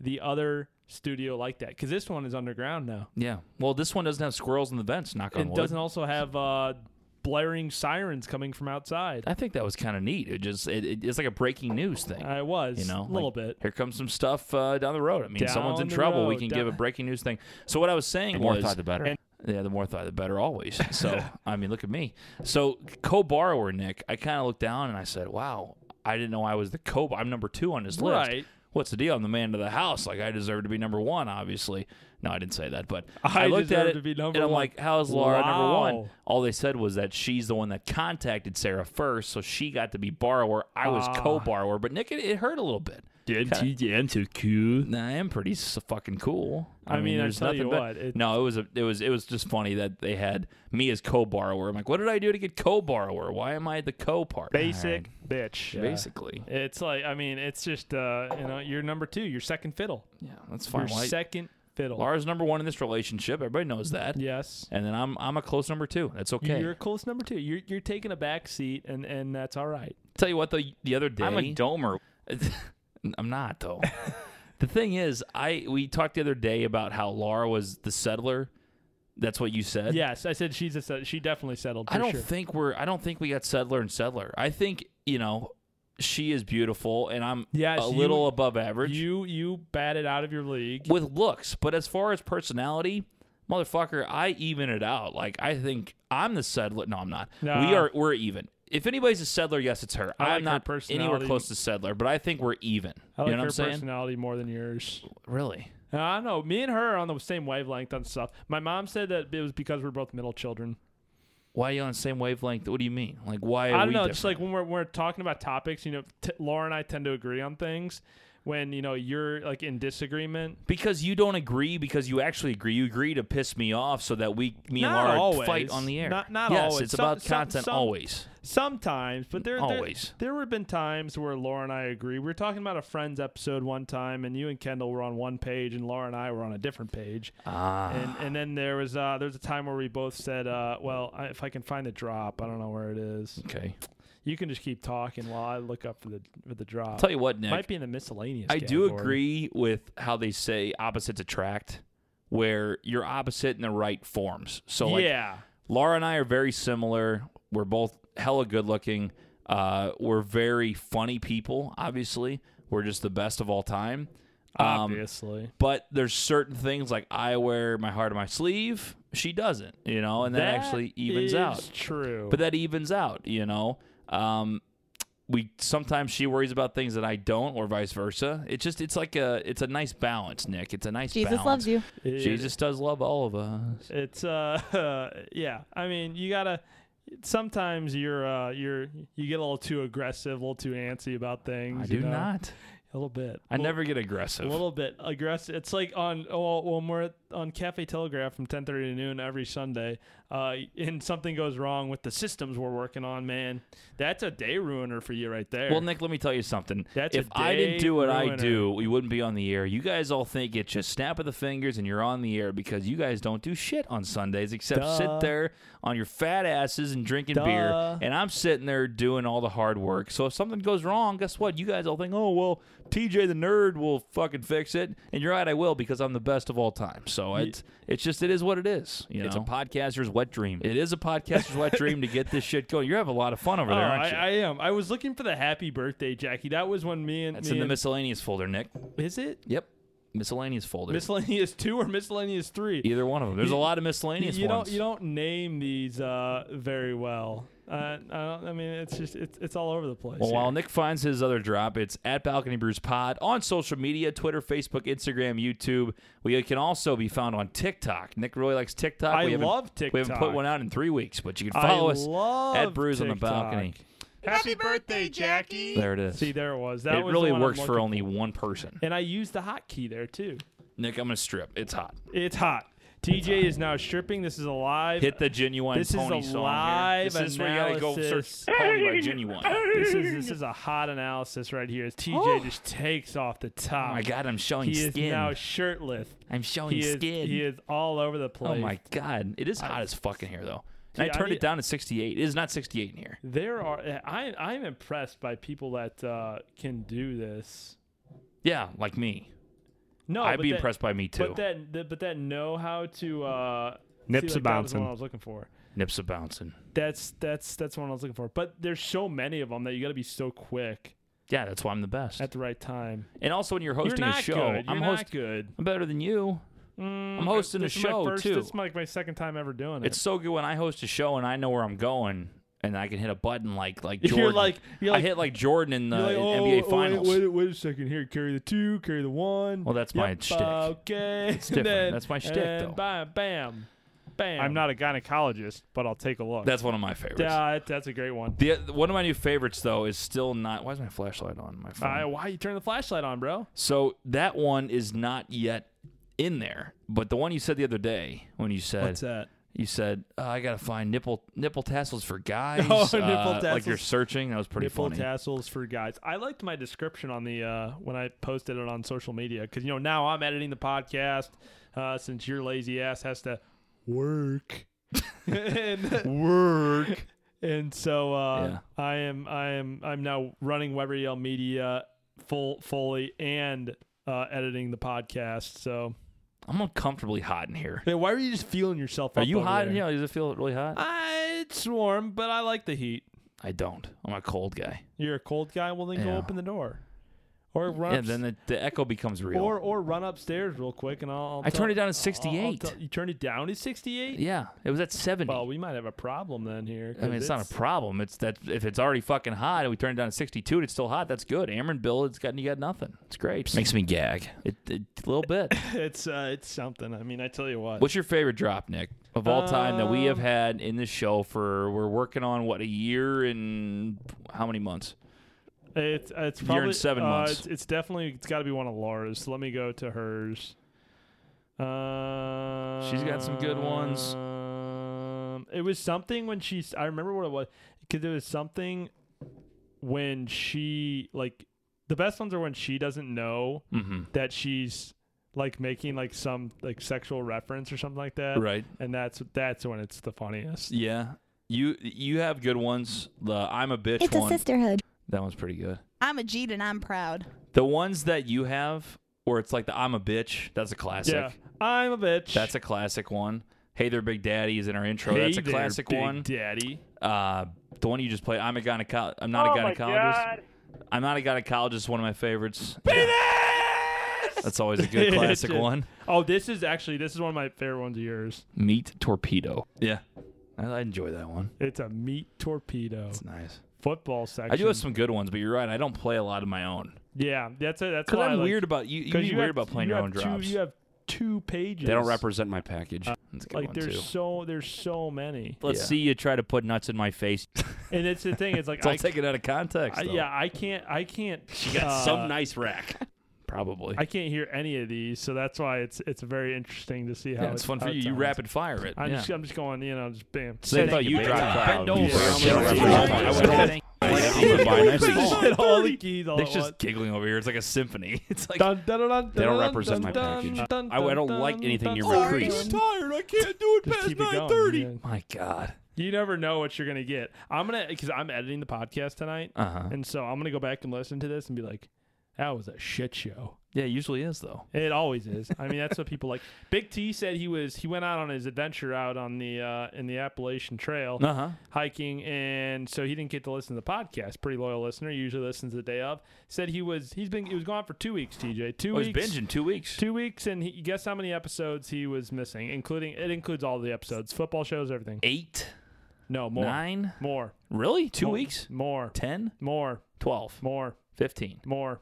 [SPEAKER 2] the other studio like that because this one is underground now.
[SPEAKER 1] yeah. Well, this one doesn't have squirrels in the vents. Knock on
[SPEAKER 2] It
[SPEAKER 1] wood.
[SPEAKER 2] doesn't also have uh, blaring sirens coming from outside.
[SPEAKER 1] I think that was kind of neat. It just it, it- it's like a breaking news thing.
[SPEAKER 2] I was
[SPEAKER 1] you know,
[SPEAKER 2] a little
[SPEAKER 1] like,
[SPEAKER 2] bit.
[SPEAKER 1] Here comes some stuff uh, down the road. I mean, someone's
[SPEAKER 2] Down
[SPEAKER 1] in
[SPEAKER 2] the
[SPEAKER 1] trouble. we
[SPEAKER 2] road,
[SPEAKER 1] can
[SPEAKER 2] down-
[SPEAKER 1] give a breaking news thing. So what I was saying
[SPEAKER 5] The more
[SPEAKER 1] was,
[SPEAKER 5] thought, the better.
[SPEAKER 2] And-
[SPEAKER 1] yeah, the more thought, the better always. So I mean, look at me. So co-borrower Nick, I kind of looked down and I said, "Wow, I didn't know I was the co. I'm number two on his list.
[SPEAKER 2] Right.
[SPEAKER 1] What's the deal? I'm the man of the house. Like I deserve to be number one, obviously. No, I didn't say that, but
[SPEAKER 2] I
[SPEAKER 1] looked at
[SPEAKER 2] deserve
[SPEAKER 1] it
[SPEAKER 2] to be number
[SPEAKER 1] and I'm
[SPEAKER 2] one.
[SPEAKER 1] like, "How is Laura number
[SPEAKER 2] Wow.
[SPEAKER 1] one?" All they said was that she's the one that contacted Sarah first, so she got to be borrower. I was
[SPEAKER 2] Ah.
[SPEAKER 1] co-borrower, but Nick, it, it hurt a little bit.
[SPEAKER 2] I'm too cool.
[SPEAKER 1] Nah, I am pretty s- fucking cool.
[SPEAKER 2] I mean, I
[SPEAKER 1] there's
[SPEAKER 2] tell
[SPEAKER 1] nothing
[SPEAKER 2] you
[SPEAKER 1] bet-
[SPEAKER 2] what, it-
[SPEAKER 1] no, it was a, it was it was just funny that they had me as co-borrower. I'm like, what did I do to get co-borrower? Why am I the co part?
[SPEAKER 2] Basic bitch.
[SPEAKER 1] Alright, basically.
[SPEAKER 2] It's like I mean, it's just uh, you know, you're number two. You're second fiddle.
[SPEAKER 1] Yeah, that's
[SPEAKER 2] You're
[SPEAKER 1] fine. Well, I-
[SPEAKER 2] second fiddle.
[SPEAKER 1] Laura's number one in this relationship. Everybody knows that.
[SPEAKER 2] Yes.
[SPEAKER 1] And then I'm I'm a close number two. That's okay.
[SPEAKER 2] You're a close number two. You're you're taking a back seat, and and that's all right.
[SPEAKER 1] Tell you what though, the other day
[SPEAKER 5] I'm a domer.
[SPEAKER 1] I'm not though. the thing is, I we talked the other day about how Laura was the settler. That's what you said.
[SPEAKER 2] Yes, I said she's a set- she definitely settled. For
[SPEAKER 1] I don't
[SPEAKER 2] sure.
[SPEAKER 1] think we're. I don't think we got settler and settler. I think you know she is beautiful, and I'm
[SPEAKER 2] Yes,
[SPEAKER 1] a
[SPEAKER 2] you-
[SPEAKER 1] little above average
[SPEAKER 2] You you batted out of your league.
[SPEAKER 1] with looks. But as far as personality, motherfucker, I even it out. Like I think I'm the settler. No, I'm not.
[SPEAKER 2] Nah.
[SPEAKER 1] We are. We're even. If anybody's a settler, yes, it's her.
[SPEAKER 2] I like
[SPEAKER 1] I'm
[SPEAKER 2] her
[SPEAKER 1] not anywhere
[SPEAKER 2] personality.
[SPEAKER 1] close to settler, but I think we're even.
[SPEAKER 2] I like
[SPEAKER 1] you know
[SPEAKER 2] her
[SPEAKER 1] what I'm saying?
[SPEAKER 2] personality more than yours.
[SPEAKER 1] Really?
[SPEAKER 2] I don't know. Me and her are on the same wavelength on stuff. My mom said that it was because we're both middle children.
[SPEAKER 1] Why are you on the same wavelength? What do you mean? Like why? Are
[SPEAKER 2] I don't
[SPEAKER 1] we
[SPEAKER 2] know.
[SPEAKER 1] Different?
[SPEAKER 2] Just like when we're we're talking about topics, you know, t- Laura and I tend to agree on things. When you know you're like in disagreement,
[SPEAKER 1] because you don't agree because you actually agree. You agree to piss me off so that we, me and
[SPEAKER 2] Not
[SPEAKER 1] Laura,
[SPEAKER 2] always.
[SPEAKER 1] fight on the air.
[SPEAKER 2] Not- not
[SPEAKER 1] yes,
[SPEAKER 2] always.
[SPEAKER 1] it's
[SPEAKER 2] Some-
[SPEAKER 1] about
[SPEAKER 2] some-
[SPEAKER 1] content
[SPEAKER 2] some-
[SPEAKER 1] always.
[SPEAKER 2] Sometimes, but there, there-
[SPEAKER 1] Always.
[SPEAKER 2] there have been times where Laura and I agree. We were talking about a Friends episode one time, and you and Kendall were on one page, and Laura and I were on a different page.
[SPEAKER 1] Ah,
[SPEAKER 2] And and then there was uh, there was a time where we both said, uh, "Well, I, if I can find the drop, I don't know where it is.
[SPEAKER 1] okay.
[SPEAKER 2] You can just keep talking while I look up for the for the drop."
[SPEAKER 1] Tell you what, Nick.
[SPEAKER 2] Might be in the miscellaneous.
[SPEAKER 1] I do
[SPEAKER 2] category.
[SPEAKER 1] agree with how they say opposites attract, where you're opposite in the right forms. So like,
[SPEAKER 2] yeah,
[SPEAKER 1] Laura and I are very similar. We're both hella good looking. Uh, we're very funny people. Obviously, we're just the best of all time.
[SPEAKER 2] Obviously.
[SPEAKER 1] but there's certain things like I wear my heart on my sleeve. She doesn't, you know, and that, actually evens
[SPEAKER 2] is
[SPEAKER 1] out.
[SPEAKER 2] True.
[SPEAKER 1] But that evens out, you know. Um, we sometimes she worries about things that I don't, or vice versa. It's just it's like a it's a nice balance, Nick. It's a nice
[SPEAKER 5] Jesus
[SPEAKER 1] balance.
[SPEAKER 5] loves you.
[SPEAKER 2] It-
[SPEAKER 1] Jesus does love all of us.
[SPEAKER 2] It's uh, yeah. I mean, you gotta. Sometimes you're uh, you're you get a little too aggressive, a little too antsy about things.
[SPEAKER 1] I
[SPEAKER 2] you
[SPEAKER 1] do
[SPEAKER 2] know?
[SPEAKER 1] not.
[SPEAKER 2] A little bit.
[SPEAKER 1] I
[SPEAKER 2] Well,
[SPEAKER 1] never get aggressive.
[SPEAKER 2] A little bit aggressive. It's like on oh, well, when we're at- on Cafe Telegraph from 10:30 to noon every Sunday, uh, and something goes wrong with the systems we're working on. Man, that's a day ruiner for you right there.
[SPEAKER 1] Well, Nick, let me tell you something.
[SPEAKER 2] That's a
[SPEAKER 1] if I didn't
[SPEAKER 2] day
[SPEAKER 1] do what I
[SPEAKER 2] ruiner.
[SPEAKER 1] do, we wouldn't be on the air. You guys all think it's just snap of the fingers and you're on the air because you guys don't do shit on Sundays except
[SPEAKER 2] Duh.
[SPEAKER 1] sit there on your fat asses and drinking beer.
[SPEAKER 2] Duh.
[SPEAKER 1] And I'm sitting there doing all the hard work. So if something goes wrong, guess what? You guys all think, oh, well, TJ the nerd will fucking fix it. And you're right, I will because I'm the best of all time. So it's, it's just, it is what it is. You it's a podcaster's wet dream. It is a podcaster's wet dream to get this shit going. You're having a lot of fun over
[SPEAKER 2] Oh,
[SPEAKER 1] there, aren't
[SPEAKER 2] I,
[SPEAKER 1] you?
[SPEAKER 2] I am. I was looking for the happy birthday, Jackie. That was when me and
[SPEAKER 1] That's
[SPEAKER 2] me
[SPEAKER 1] in the
[SPEAKER 2] and-
[SPEAKER 1] miscellaneous folder, Nick.
[SPEAKER 2] Is it
[SPEAKER 1] Yep. Miscellaneous folder.
[SPEAKER 2] miscellaneous two or miscellaneous three?
[SPEAKER 1] Either one of them. There's a
[SPEAKER 2] You-
[SPEAKER 1] lot of miscellaneous
[SPEAKER 2] you
[SPEAKER 1] ones.
[SPEAKER 2] don't you don't name these uh, very well. Uh, I don't. I mean, it's just it's it's all over the place.
[SPEAKER 1] well,
[SPEAKER 2] here.
[SPEAKER 1] while Nick finds his other drop, it's at Balcony Brews Pod on social media Twitter, Facebook, Instagram, YouTube. We can also be found on TikTok. Nick really likes TikTok.
[SPEAKER 2] I
[SPEAKER 1] we haven't-
[SPEAKER 2] love
[SPEAKER 1] We haven't put
[SPEAKER 2] TikTok.
[SPEAKER 1] one out in three weeks, but you can
[SPEAKER 2] I
[SPEAKER 1] follow us
[SPEAKER 2] love
[SPEAKER 1] at Brews on the
[SPEAKER 2] TikTok.
[SPEAKER 1] Balcony.
[SPEAKER 2] Happy birthday, Jackie!
[SPEAKER 1] There it is.
[SPEAKER 2] See, there it was. That
[SPEAKER 1] it
[SPEAKER 2] was the
[SPEAKER 1] really
[SPEAKER 2] one I'm
[SPEAKER 1] works for
[SPEAKER 2] looking-
[SPEAKER 1] only one person.
[SPEAKER 2] And I used the hotkey there too.
[SPEAKER 1] Nick, I'm going to strip. It's hot.
[SPEAKER 2] It's hot. TJ is now stripping. This is a live.
[SPEAKER 1] Hit the genuine
[SPEAKER 2] This is
[SPEAKER 1] pony
[SPEAKER 2] a
[SPEAKER 1] song
[SPEAKER 2] live
[SPEAKER 1] here. This is where you gotta go
[SPEAKER 2] analysis.
[SPEAKER 1] search pony by genuine. Oh
[SPEAKER 2] This is this is a hot analysis right here. As TJ just takes off the top.
[SPEAKER 1] Oh my god, I'm showing
[SPEAKER 2] He is
[SPEAKER 1] skin.
[SPEAKER 2] now shirtless.
[SPEAKER 1] I'm showing
[SPEAKER 2] He is
[SPEAKER 1] skin.
[SPEAKER 2] he is all over the place.
[SPEAKER 1] Oh my god, it is hot as fuck in here though. And
[SPEAKER 2] Yeah,
[SPEAKER 1] I
[SPEAKER 2] I
[SPEAKER 1] turned
[SPEAKER 2] need-
[SPEAKER 1] it down to 68. It is not 68 in here.
[SPEAKER 2] There are I I'm impressed by people that uh, can do this.
[SPEAKER 1] Yeah, like me.
[SPEAKER 2] No,
[SPEAKER 1] I'd
[SPEAKER 2] but
[SPEAKER 1] be
[SPEAKER 2] that-
[SPEAKER 1] impressed by me too.
[SPEAKER 2] But that, that but that know how to uh,
[SPEAKER 6] Nips
[SPEAKER 2] see,
[SPEAKER 6] a
[SPEAKER 2] like, that was the
[SPEAKER 6] bouncing.
[SPEAKER 2] one I was looking for.
[SPEAKER 1] Nips a bouncing.
[SPEAKER 2] That's that's that's what I was looking for. But there's so many of them that you got to be so quick
[SPEAKER 1] Yeah, that's why I'm the best.
[SPEAKER 2] at the right time.
[SPEAKER 1] and also, when you're hosting
[SPEAKER 2] You're not
[SPEAKER 1] a show,
[SPEAKER 2] good.
[SPEAKER 1] I'm
[SPEAKER 2] You're not
[SPEAKER 1] hosting.
[SPEAKER 2] good.
[SPEAKER 1] I'm better than you. I'm hosting a
[SPEAKER 2] This is my
[SPEAKER 1] show
[SPEAKER 2] first-
[SPEAKER 1] too.
[SPEAKER 2] This is my- like my second time ever doing it.
[SPEAKER 1] It's so good when I host a show and I know where I'm going, and I can hit a button like like Jordan.
[SPEAKER 2] You're like- you're like-
[SPEAKER 1] I hit like Jordan in the
[SPEAKER 2] You're like,
[SPEAKER 1] in
[SPEAKER 2] "Oh,
[SPEAKER 1] NBA Finals.
[SPEAKER 2] Wait, wait, wait a second here. Carry the two, carry the one.
[SPEAKER 1] Well, that's my
[SPEAKER 2] Yep,
[SPEAKER 1] shtick.
[SPEAKER 2] Okay, it's
[SPEAKER 1] different. That's my shtick, though.
[SPEAKER 2] Bam, bam, bam.
[SPEAKER 6] I'm not a gynecologist, but I'll take a look.
[SPEAKER 1] That's one of my favorites.
[SPEAKER 2] Yeah, that- that's a great one.
[SPEAKER 1] The one of my new favorites though is still not. Why is my flashlight on my phone?
[SPEAKER 2] Uh, why you turn the flashlight on, bro?
[SPEAKER 1] So that one is not yet in there. But the one you said the other day when you said
[SPEAKER 2] that?
[SPEAKER 1] you said "Uh, I gotta find nipple nipple tassels for guys.
[SPEAKER 2] Oh,
[SPEAKER 1] uh,
[SPEAKER 2] nipple
[SPEAKER 1] Like you're
[SPEAKER 2] tassels.
[SPEAKER 1] searching. That was pretty
[SPEAKER 2] Nipple
[SPEAKER 1] funny.
[SPEAKER 2] tassels for guys. I liked my description on the uh, when I posted it on social media because you know now I'm editing the podcast uh, since your lazy ass has to work and,
[SPEAKER 6] work.
[SPEAKER 2] and so uh, I am I am I'm now running Weber Yale Media full fully and uh, editing the podcast. So
[SPEAKER 1] I'm uncomfortably hot in here.
[SPEAKER 2] Hey, why are you just feeling yourself?
[SPEAKER 1] Are
[SPEAKER 2] up
[SPEAKER 1] you
[SPEAKER 2] over
[SPEAKER 1] hot in
[SPEAKER 2] there?
[SPEAKER 1] here? Does it feel really hot?
[SPEAKER 2] I, Ah, it's warm, but I like the heat.
[SPEAKER 1] I don't. I'm a cold guy.
[SPEAKER 2] You're a cold guy. Well, then
[SPEAKER 1] Yeah.
[SPEAKER 2] go open the door, or run.
[SPEAKER 1] Yeah.
[SPEAKER 2] ups-
[SPEAKER 1] Then the, the echo becomes real.
[SPEAKER 2] or or run upstairs real quick, and I'll. I'll
[SPEAKER 1] I
[SPEAKER 2] tell-
[SPEAKER 1] turned it down to
[SPEAKER 2] I'll- I'll
[SPEAKER 1] 68.
[SPEAKER 2] tell- you turned it down to sixty-eight.
[SPEAKER 1] yeah. It was at 70.
[SPEAKER 2] Well, we might have a problem then here.
[SPEAKER 1] I mean, it's, not a problem. It's that if it's already fucking hot and we turn it down to 62 and it's still hot, that's good. Aaron Bill, it's got you got nothing. It's great. Makes me gag. It, it, a little bit.
[SPEAKER 2] It's uh, it's something. I mean, I tell you what.
[SPEAKER 1] What's your favorite drop, Nick, of all time that we have had in this show for we're working on what a year and how many months?
[SPEAKER 2] It's it's
[SPEAKER 1] in
[SPEAKER 2] probably
[SPEAKER 1] seven
[SPEAKER 2] uh,
[SPEAKER 1] months.
[SPEAKER 2] It's, it's definitely it's got to be one of Laura's. So let me go to hers. Um,
[SPEAKER 1] She's got some good ones.
[SPEAKER 2] It was something when she. I remember what it was because it was something when she like the best ones are when she doesn't know
[SPEAKER 1] Mm-hmm.
[SPEAKER 2] that she's like making like some like sexual reference or something like that.
[SPEAKER 1] Right.
[SPEAKER 2] And that's that's when it's the funniest.
[SPEAKER 1] Yeah. You you have good ones. The I'm a bitch
[SPEAKER 5] It's a
[SPEAKER 1] one.
[SPEAKER 5] sisterhood.
[SPEAKER 1] that one's pretty good.
[SPEAKER 5] I'm a Jeet and I'm proud.
[SPEAKER 1] The ones that you have where it's like the I'm a bitch. That's a classic.
[SPEAKER 2] yeah. I'm a bitch.
[SPEAKER 1] That's a classic one. Hey there, Big Daddy is in our intro.
[SPEAKER 2] Hey
[SPEAKER 1] That's a
[SPEAKER 2] there,
[SPEAKER 1] classic
[SPEAKER 2] Big
[SPEAKER 1] one.
[SPEAKER 2] Daddy.
[SPEAKER 1] Uh, the one you just played. I'm a gynecologist.
[SPEAKER 2] Oh
[SPEAKER 1] I'm not a gynecologist. I'm not a gynecologist. One of my favorites. Yeah. That's always a good classic
[SPEAKER 2] Shit.
[SPEAKER 1] one.
[SPEAKER 2] Oh, this is actually this is one of my favorite ones of yours.
[SPEAKER 1] Meat torpedo. Yeah, I, I enjoy that one.
[SPEAKER 2] It's a meat torpedo
[SPEAKER 1] It's nice.
[SPEAKER 2] football section.
[SPEAKER 1] I do have some good ones, but you're right. I don't play a lot of my own
[SPEAKER 2] Yeah, that's it. That's
[SPEAKER 1] because
[SPEAKER 2] why I
[SPEAKER 1] I'm
[SPEAKER 2] like-
[SPEAKER 1] weird about you. You
[SPEAKER 2] Because
[SPEAKER 1] be
[SPEAKER 2] you
[SPEAKER 1] weird
[SPEAKER 2] have-
[SPEAKER 1] about playing
[SPEAKER 2] you
[SPEAKER 1] your
[SPEAKER 2] have
[SPEAKER 1] own
[SPEAKER 2] two-
[SPEAKER 1] drops.
[SPEAKER 2] You have two pages.
[SPEAKER 5] They don't represent my package.
[SPEAKER 1] That's a good
[SPEAKER 2] Like
[SPEAKER 1] one
[SPEAKER 2] there's
[SPEAKER 1] too.
[SPEAKER 2] so there's so many,
[SPEAKER 1] Let's
[SPEAKER 5] Yeah.
[SPEAKER 1] see you try to put nuts in my face.
[SPEAKER 2] and it's the thing. It's like
[SPEAKER 1] Don't
[SPEAKER 2] I,
[SPEAKER 1] take it out of context.
[SPEAKER 2] I-
[SPEAKER 1] though.
[SPEAKER 2] yeah, I can't I can't.
[SPEAKER 5] You got
[SPEAKER 2] uh,
[SPEAKER 5] some nice rack.
[SPEAKER 1] probably.
[SPEAKER 2] I can't hear any of these, so that's why it's it's very interesting to see how
[SPEAKER 1] yeah, it's
[SPEAKER 2] it-
[SPEAKER 1] fun for
[SPEAKER 2] how
[SPEAKER 1] you.
[SPEAKER 2] it
[SPEAKER 1] You
[SPEAKER 2] sounds.
[SPEAKER 1] rapid fire it.
[SPEAKER 2] I'm
[SPEAKER 1] yeah.
[SPEAKER 2] just I'm just going you know just bam.
[SPEAKER 1] Same thought you dropped out.
[SPEAKER 5] Bend over.
[SPEAKER 1] Yeah.
[SPEAKER 2] Hit all the keys all
[SPEAKER 1] They're
[SPEAKER 2] at once.
[SPEAKER 1] just giggling over here. It's like a symphony. It's like
[SPEAKER 2] Dun, dun, dun, dun,
[SPEAKER 5] They don't
[SPEAKER 2] dun,
[SPEAKER 5] represent
[SPEAKER 2] dun,
[SPEAKER 5] my
[SPEAKER 2] dun,
[SPEAKER 5] package.
[SPEAKER 2] dun,
[SPEAKER 5] I- I don't
[SPEAKER 2] dun,
[SPEAKER 5] like
[SPEAKER 2] dun,
[SPEAKER 5] anything near
[SPEAKER 2] dun,
[SPEAKER 5] my crease.
[SPEAKER 2] dun.
[SPEAKER 4] tired. I can't do it
[SPEAKER 2] Just keep it going, yeah.
[SPEAKER 1] my god.
[SPEAKER 2] You never know what you're gonna get. I'm gonna because I'm editing the podcast tonight,
[SPEAKER 1] Uh huh.
[SPEAKER 2] and so I'm gonna go back and listen to this and be like, "That was a shit show."
[SPEAKER 1] Yeah, it usually is though.
[SPEAKER 2] It always is. I mean, that's what people like. Big T said he was he went out on his adventure out on the uh, in the Appalachian Trail
[SPEAKER 1] Uh huh.
[SPEAKER 2] hiking, and so he didn't get to listen to the podcast. Pretty loyal listener, he usually listens the day of. Said he was he's been he was gone for two weeks. TJ, two
[SPEAKER 1] Oh, he's
[SPEAKER 2] weeks.
[SPEAKER 1] binging two weeks.
[SPEAKER 2] Two weeks, and he, guess how many episodes he was missing, including it includes all the episodes, football shows, everything.
[SPEAKER 1] Eight,
[SPEAKER 2] No more,
[SPEAKER 1] nine.
[SPEAKER 2] more,
[SPEAKER 1] Really? Two
[SPEAKER 2] more,
[SPEAKER 1] weeks?
[SPEAKER 2] more,
[SPEAKER 1] Ten?
[SPEAKER 2] more,
[SPEAKER 1] Twelve?
[SPEAKER 2] more,
[SPEAKER 1] Fifteen?
[SPEAKER 2] more.